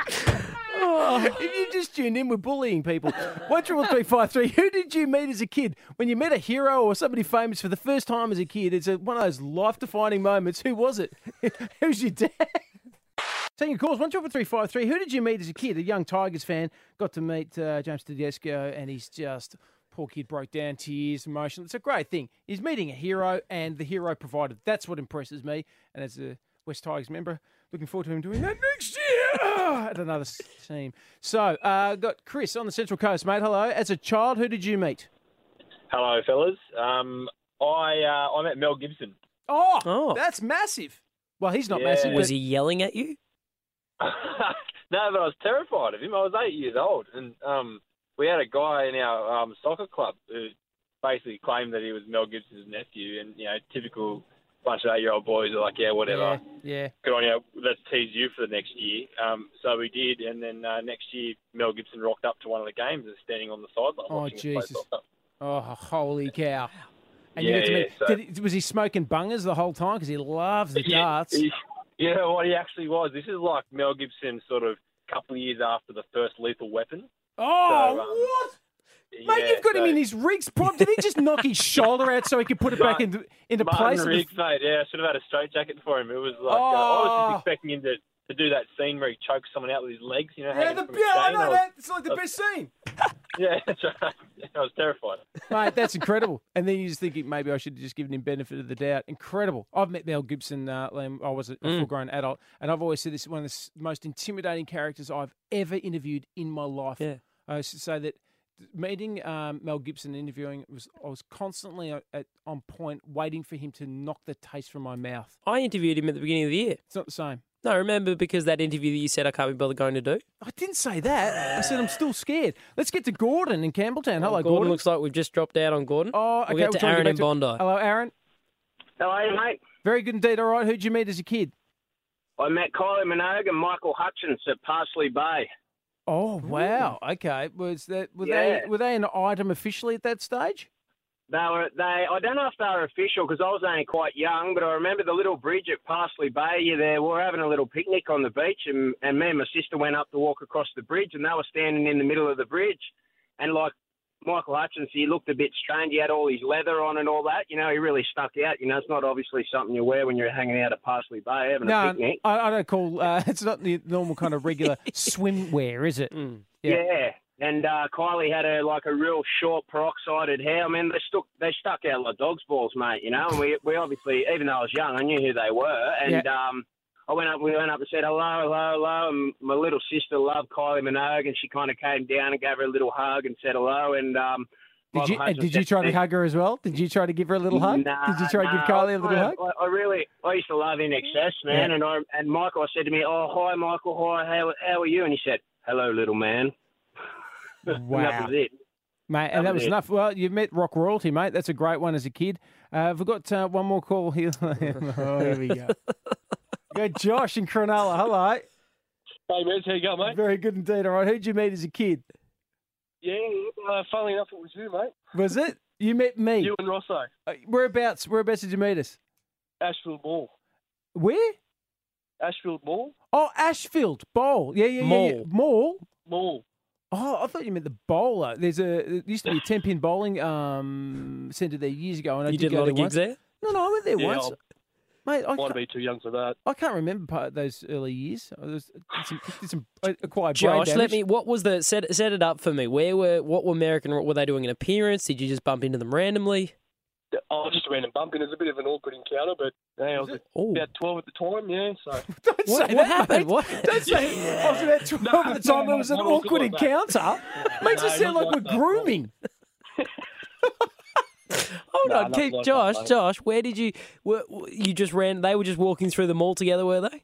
Speaker 4: If you just tuned in, we're bullying people. One triple three five three. Who did you meet as a kid? When you met a hero or somebody famous for the first time as a kid, it's a, one of those life-defining moments. Who was it? <laughs> Who's your dad? Taking your calls, one triple three five three. Who did you meet as a kid? A young Tigers fan got to meet uh, James Tedesco, and he's just poor kid broke down, tears, emotion. It's a great thing. He's meeting a hero, and the hero provided. That's what impresses me. And as a West Tigers member, looking forward to him doing that next year <sighs> at another s- team. So uh, got Chris on the Central Coast, mate. Hello. As a child, who did you meet?
Speaker 19: Hello, fellas. Um, I uh, I met Mel Gibson. <laughs>
Speaker 4: Oh, that's massive. Well, he's not
Speaker 19: Yeah.
Speaker 4: massive.
Speaker 19: Was
Speaker 4: but-
Speaker 19: he
Speaker 6: Yelling at you?
Speaker 19: no, but I was terrified of him. I was eight years old, and um, we had a guy in our um, soccer club who basically claimed that he was Mel Gibson's nephew, and you know, typical bunch of eight-year-old boys are like, yeah, whatever.
Speaker 4: Yeah.
Speaker 19: Good on you. Let's tease you for the next year. Um, so we did, and then uh, next year Mel Gibson rocked up to one of the games and standing on the sideline.
Speaker 4: Oh,
Speaker 19: watching us play
Speaker 4: Jesus.
Speaker 19: soccer.
Speaker 4: Oh, holy cow! And
Speaker 19: Yeah,
Speaker 4: you get to
Speaker 19: yeah,
Speaker 4: meet,
Speaker 19: so-
Speaker 4: did he- was he smoking bungers the whole time because he loves
Speaker 19: <laughs>
Speaker 4: the
Speaker 19: Yeah,
Speaker 4: darts?
Speaker 19: he- You know what he actually was. This is like Mel Gibson, sort of couple of years after the first Lethal Weapon.
Speaker 4: Oh,
Speaker 19: So, um,
Speaker 4: what?
Speaker 19: yeah,
Speaker 4: Mate, you've got him
Speaker 19: so-
Speaker 4: in his rigs prop. Did he just knock
Speaker 19: <laughs>
Speaker 4: his shoulder out so he could put it back into into
Speaker 19: Martin
Speaker 4: place? at the-
Speaker 19: Riggs, mate. Yeah, I should have had a straight jacket for him. It was like uh, I was
Speaker 4: Oh.
Speaker 19: just expecting him to, to do that scene where he chokes someone out with his legs. You know,
Speaker 4: Yeah,
Speaker 19: hanging
Speaker 4: the,
Speaker 19: from a
Speaker 4: yeah, I
Speaker 19: chain.
Speaker 4: know
Speaker 19: was-
Speaker 4: that. It's like the
Speaker 19: I-
Speaker 4: best scene.
Speaker 19: <laughs> Yeah, that's right. <laughs> I was terrified.
Speaker 4: Mate, that's incredible. And then you're just thinking, maybe I should have just given him benefit of the doubt. Incredible. I've met Mel Gibson uh, when I was a
Speaker 5: Mm.
Speaker 4: full grown adult, and I've always said this is one of the s- most intimidating characters I've ever interviewed in my life.
Speaker 5: Yeah.
Speaker 4: I used to say that meeting um, Mel Gibson and interviewing was I was constantly o- at, on point, waiting for him to knock the taste from my mouth.
Speaker 6: I interviewed him at the beginning of the year.
Speaker 4: It's not the same.
Speaker 6: No, remember because that interview that you said I can't be bothered going to do.
Speaker 4: I didn't say that. I said I'm still scared. Let's get to Gordon in Campbelltown. Hello,
Speaker 6: Gordon, looks like we've just dropped out on Gordon.
Speaker 4: Oh, okay,
Speaker 6: we'll get
Speaker 4: we're
Speaker 6: to
Speaker 4: trying to
Speaker 6: Aaron
Speaker 4: get
Speaker 6: and
Speaker 4: back to-
Speaker 6: Bondi.
Speaker 4: Hello, Aaron.
Speaker 20: How are you, mate?
Speaker 4: Very good indeed. All right, who'd you meet as a kid?
Speaker 20: I met Kylie Minogue and Michael Hutchins at Parsley Bay.
Speaker 4: Oh wow! Okay, was that were they
Speaker 20: Yeah.
Speaker 4: were they an item officially at that stage?
Speaker 20: They were they. I don't know if they were official because I was only quite young, but I remember the little bridge at Parsley Bay. You there? We were having a little picnic on the beach, and and me and my sister went up to walk across the bridge, and they were standing in the middle of the bridge, and like. Michael Hutchins, he looked a bit strange. He had all his leather on and all that. You know, he really stuck out. You know, it's not obviously something you wear when you're hanging out at Parsley Bay having a
Speaker 4: No,
Speaker 20: picnic.
Speaker 4: I, I don't call. Uh, <laughs> it's not the normal kind
Speaker 20: <laughs>
Speaker 4: of regular swimwear, is it?
Speaker 20: Mm. Yeah. And uh, Kylie had a like a real short peroxided hair. I mean, they stuck they stuck out like dog's balls, mate. You know, and we we obviously, even though I was young, I knew who they were. And um, I went up, we went up and said hello, hello, hello. And my little sister loved Kylie Minogue, and she kind of came down and gave her a little hug and said hello. And um,
Speaker 4: Did
Speaker 20: Michael
Speaker 4: you and
Speaker 20: Hutchins
Speaker 4: did you
Speaker 20: said-
Speaker 4: try to hug her as well? Did you try to give her a little hug?
Speaker 20: Nah,
Speaker 4: did you try to
Speaker 20: nah,
Speaker 4: give Kylie
Speaker 20: uh, I
Speaker 4: a little hug?
Speaker 20: kind of- I, I really, I used to love In Excess, man.
Speaker 4: Yeah.
Speaker 20: And I and Michael said to me, "Oh, hi, Michael. Hi, how how are you?" And he said, "Hello, little man." <laughs> And that
Speaker 4: Wow.
Speaker 20: was it.
Speaker 4: Mate, and that
Speaker 20: That was
Speaker 4: was
Speaker 20: it.
Speaker 4: enough. Well, you met rock royalty, mate. That's a great one as a kid. Uh, have we got uh, one more
Speaker 20: <laughs>
Speaker 4: call here? oh, here we <laughs> go. Go, Josh in Cronulla. Hello.
Speaker 21: Hey, Mez, how you going, mate?
Speaker 4: Very good indeed. All right, who'd you meet as a kid?
Speaker 21: Yeah, uh, funnily enough, it was you, mate.
Speaker 4: Was it you met me?
Speaker 21: You and Rosso,
Speaker 4: Uh, Whereabouts? Whereabouts did you meet us?
Speaker 21: Ashfield Mall.
Speaker 4: Where?
Speaker 21: Ashfield Mall?
Speaker 4: Oh, Ashfield Bowl. Yeah, yeah, yeah. yeah.
Speaker 21: Mall.
Speaker 4: Mall.
Speaker 21: Mall.
Speaker 4: Oh, I thought you meant the bowler. There's a there used to be a ten pin bowling um centre there years ago, and I
Speaker 21: You
Speaker 4: did,
Speaker 21: did a
Speaker 4: go
Speaker 21: lot
Speaker 4: there
Speaker 21: of gigs there?
Speaker 4: once. No, no, I went there
Speaker 21: Yeah,
Speaker 4: once.
Speaker 21: I'll-
Speaker 4: Mate, I
Speaker 21: Might
Speaker 4: can't,
Speaker 21: be too young for that.
Speaker 4: I can't remember part of those early years. I was, did some, did some I acquired brain
Speaker 6: Josh, let
Speaker 4: damage.
Speaker 6: me. What was the set? Set it up for me. Where were what were American? What were they doing in appearance? Did you just bump into them randomly?
Speaker 21: I was just a random bump, and it was a bit of an awkward encounter, but hey, I was about 12 at the time, yeah, so...
Speaker 4: <laughs> Don't say that, mate. Don't say I was about
Speaker 21: No,
Speaker 4: twelve at the time.
Speaker 21: no,
Speaker 4: it was an
Speaker 21: no, not
Speaker 4: awkward
Speaker 21: like that.
Speaker 4: encounter. Makes
Speaker 21: No,
Speaker 4: it sound
Speaker 21: not
Speaker 4: like
Speaker 21: like <laughs>
Speaker 4: we're grooming.
Speaker 6: Hold
Speaker 21: Nah,
Speaker 6: on,
Speaker 21: not
Speaker 6: keep
Speaker 21: like that,
Speaker 6: Josh.
Speaker 21: mate.
Speaker 6: Josh, where did you? Were, were- you just ran. They were just walking through the mall together, were they?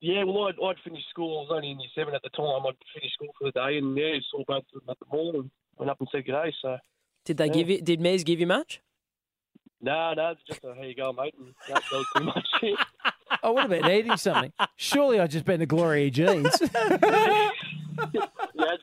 Speaker 21: Yeah, well, I'd, I'd finished school. I was only in year seven at the time. I'd finished school for the day, and yeah, saw both of them at the mall and went up and said good day. So,
Speaker 6: Did they
Speaker 21: Yeah.
Speaker 6: give you? Did Mez give you much?
Speaker 21: no, no, it's just a, how you going, mate? And that, that was pretty much
Speaker 4: <laughs>
Speaker 21: it. <laughs>
Speaker 4: Oh, <laughs> I would have been eating something. Surely I'd just been to Gloria Jeans.
Speaker 21: you had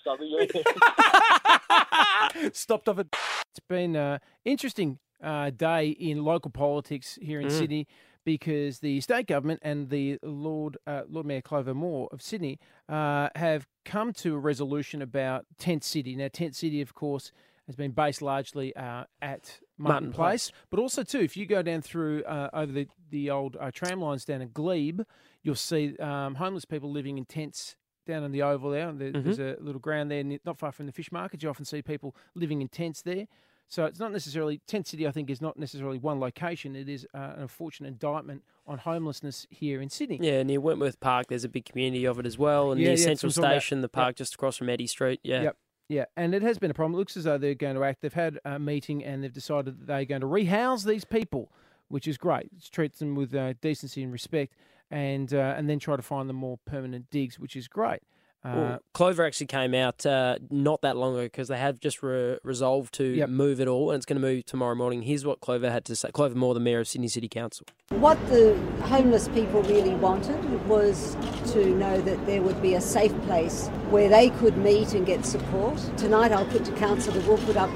Speaker 21: something. Yeah.
Speaker 4: Stopped off at. <laughs> It's been an interesting uh, day in local politics here in
Speaker 3: Mm.
Speaker 4: Sydney because the state government and the Lord uh, Lord Mayor Clover Moore of Sydney uh, have come to a resolution about Tent City. Now, Tent City, of course, has been based largely uh, at Martin
Speaker 6: Martin Place.
Speaker 4: Place, but also too, if you go down through uh, over the the old uh, tram lines down at Glebe, you'll see um, homeless people living in tents. Down on the oval there, and there- there's a
Speaker 6: Mhm.
Speaker 4: little ground there, near- not far from the fish market. You often see people living in tents there. So it's not necessarily tent city. I think is not necessarily one location. It is uh, an unfortunate indictment on homelessness here in Sydney.
Speaker 6: Yeah, near Wentworth Park, there's a big community of it as well, and
Speaker 4: Yeah,
Speaker 6: near
Speaker 4: yeah, that's
Speaker 6: Central
Speaker 4: what I'm talking
Speaker 6: Station,
Speaker 4: about.
Speaker 6: the park just across from Eddy Street. Yeah,
Speaker 4: Yep. Yeah, and it has been a problem. It looks as though they're going to act. They've had a meeting and they've decided that they're going to rehouse these people, which is great. It treats them with uh, decency and respect, and uh, and then try to find them more permanent digs, which is great. Uh,
Speaker 6: Well, Clover actually came out uh, not that long ago because they have just re- resolved to
Speaker 4: Yep.
Speaker 6: move it all, and it's going to move tomorrow morning. Here's what Clover had to say. Clover Moore, the mayor of Sydney City Council.
Speaker 22: What the homeless people really wanted was to know that there would be a safe place where they could meet and get support. Tonight I'll put to council that we'll put up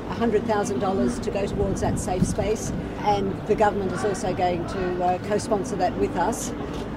Speaker 22: $100,000 to go towards that safe space and the government is also going to uh, co-sponsor that with us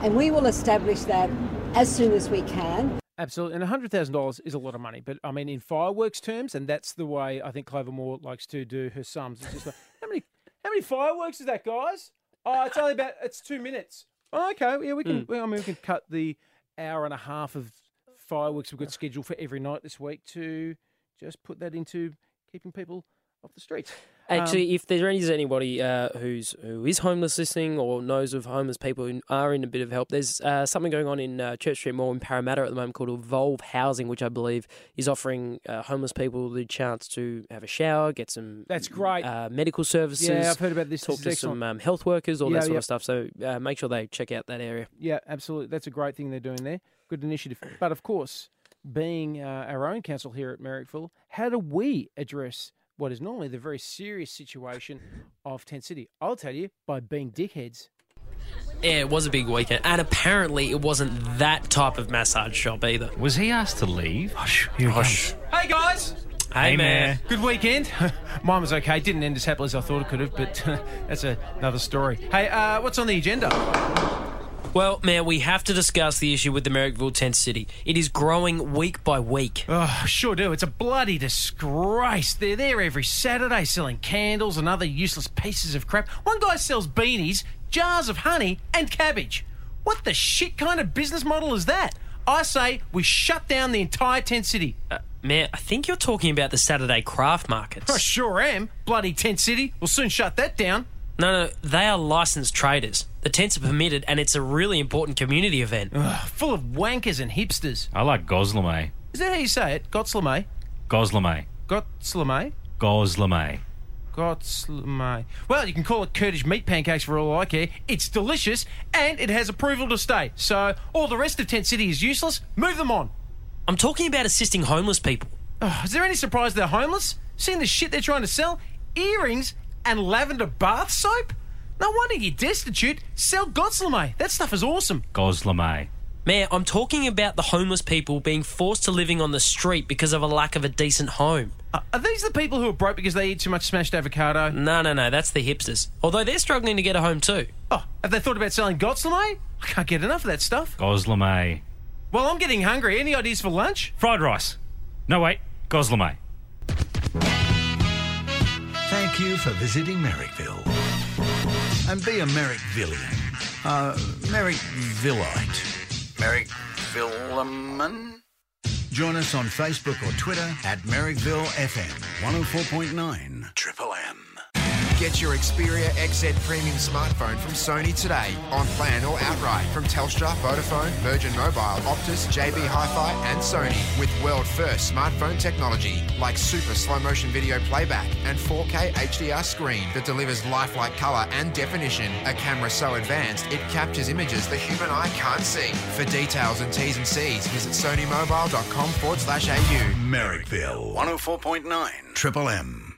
Speaker 22: and we will establish that as soon as we can.
Speaker 4: Absolutely, and hundred thousand dollars is a lot of money, but I mean, in fireworks terms, and that's the way I think Clover Moore likes to do her sums. It's just like, how many, how many fireworks is that, guys? Oh, it's only about it's two minutes. Oh, okay, yeah, we can.
Speaker 6: Mm.
Speaker 4: Well, I mean, we can cut the hour and a half of fireworks we've got scheduled for every night this week to just put that into keeping people off the streets. Um,
Speaker 6: Actually, if there is anybody uh, who's who is homeless listening or knows of homeless people who are in a bit of help, there's uh, something going on in uh, Church Street Mall in Parramatta at the moment called Evolve Housing, which I believe is offering uh, homeless people the chance to have a shower, get some
Speaker 4: that's great
Speaker 6: uh, medical services.
Speaker 4: I've heard about this.
Speaker 6: Talk
Speaker 4: This is
Speaker 6: to some
Speaker 4: excellent.
Speaker 6: um, health workers, all
Speaker 4: Yeah,
Speaker 6: that sort
Speaker 4: yeah.
Speaker 6: of stuff. So uh, make sure they check out that area.
Speaker 4: Yeah, absolutely. That's a great thing they're doing there. Good initiative. But of course, being uh, our own council here at Merrickville, how do we address what is normally the very serious situation of Tent City? I'll tell you by being dickheads.
Speaker 6: Yeah, it was a big weekend, and apparently it wasn't that type of massage shop either.
Speaker 23: Was he asked to leave? Hush, here he comes.
Speaker 4: Hey guys.
Speaker 23: Hey, Hey, Mayor. Mayor.
Speaker 4: Good weekend. <laughs> Mine was okay. Didn't end as happily as I thought it could have, but <laughs> that's another story. Hey, uh, what's on the agenda?
Speaker 6: Well, Mayor, we have to discuss the issue with the Merrickville Tent City. It is growing week by week.
Speaker 4: Oh, sure do. It's a bloody disgrace. They're there every Saturday selling candles and other useless pieces of crap. One guy sells beanies, jars of honey, and cabbage. What the shit kind of business model is that? I say we shut down the entire tent city.
Speaker 6: Mayor, I think you're talking about the Saturday craft markets.
Speaker 4: I sure am. Bloody tent city. We'll soon shut that down.
Speaker 6: No, no, they are licensed traders. The tents are permitted, and it's a really important community event.
Speaker 4: Full of wankers and hipsters.
Speaker 23: I like Goslame.
Speaker 4: Is that how you say it? Gotslamay?
Speaker 23: Goslame.
Speaker 4: Gotslamay?
Speaker 23: Goslame.
Speaker 4: Gotslamay. Well, you can call it Kurdish meat pancakes for all I care. It's delicious and it has approval to stay. So all the rest of Tent City is useless. Move them on.
Speaker 6: I'm talking about assisting homeless people.
Speaker 4: Oh, is there any surprise they're homeless? Seeing the shit they're trying to sell? Earrings and lavender bath soap? No wonder you're destitute. Sell Gotslamay. That stuff is awesome.
Speaker 23: Goslame.
Speaker 6: Mayor, I'm talking about the homeless people being forced to living on the street because of a lack of a decent home.
Speaker 4: Are these the people who are broke because they eat too much smashed avocado?
Speaker 6: No, no, no, that's the hipsters. Although they're struggling to get a home too.
Speaker 4: Oh, have they thought about selling Gotslamay? I can't get enough of that stuff.
Speaker 23: Goslame.
Speaker 4: Well, I'm getting hungry. Any ideas for lunch?
Speaker 23: Fried rice. No, wait. Goslame.
Speaker 2: Thank you for visiting Merrickville. And be a Merrickvillian. Uh, Merrickvillite. Merrickvilleman? Join us on Facebook or Twitter at Merrickville FM 104.9 Triple M.
Speaker 1: Get your Xperia XZ Premium smartphone from Sony today on plan or outright from Telstra, Vodafone, Virgin Mobile, Optus, JB Hi-Fi and Sony with world first smartphone technology like super slow motion video playback and 4K HDR screen that delivers lifelike color and definition. A camera so advanced it captures images the human eye can't see. For details and T's and C's, visit sonymobile.com forward slash AU.
Speaker 2: Merrickville 104.9 Triple M.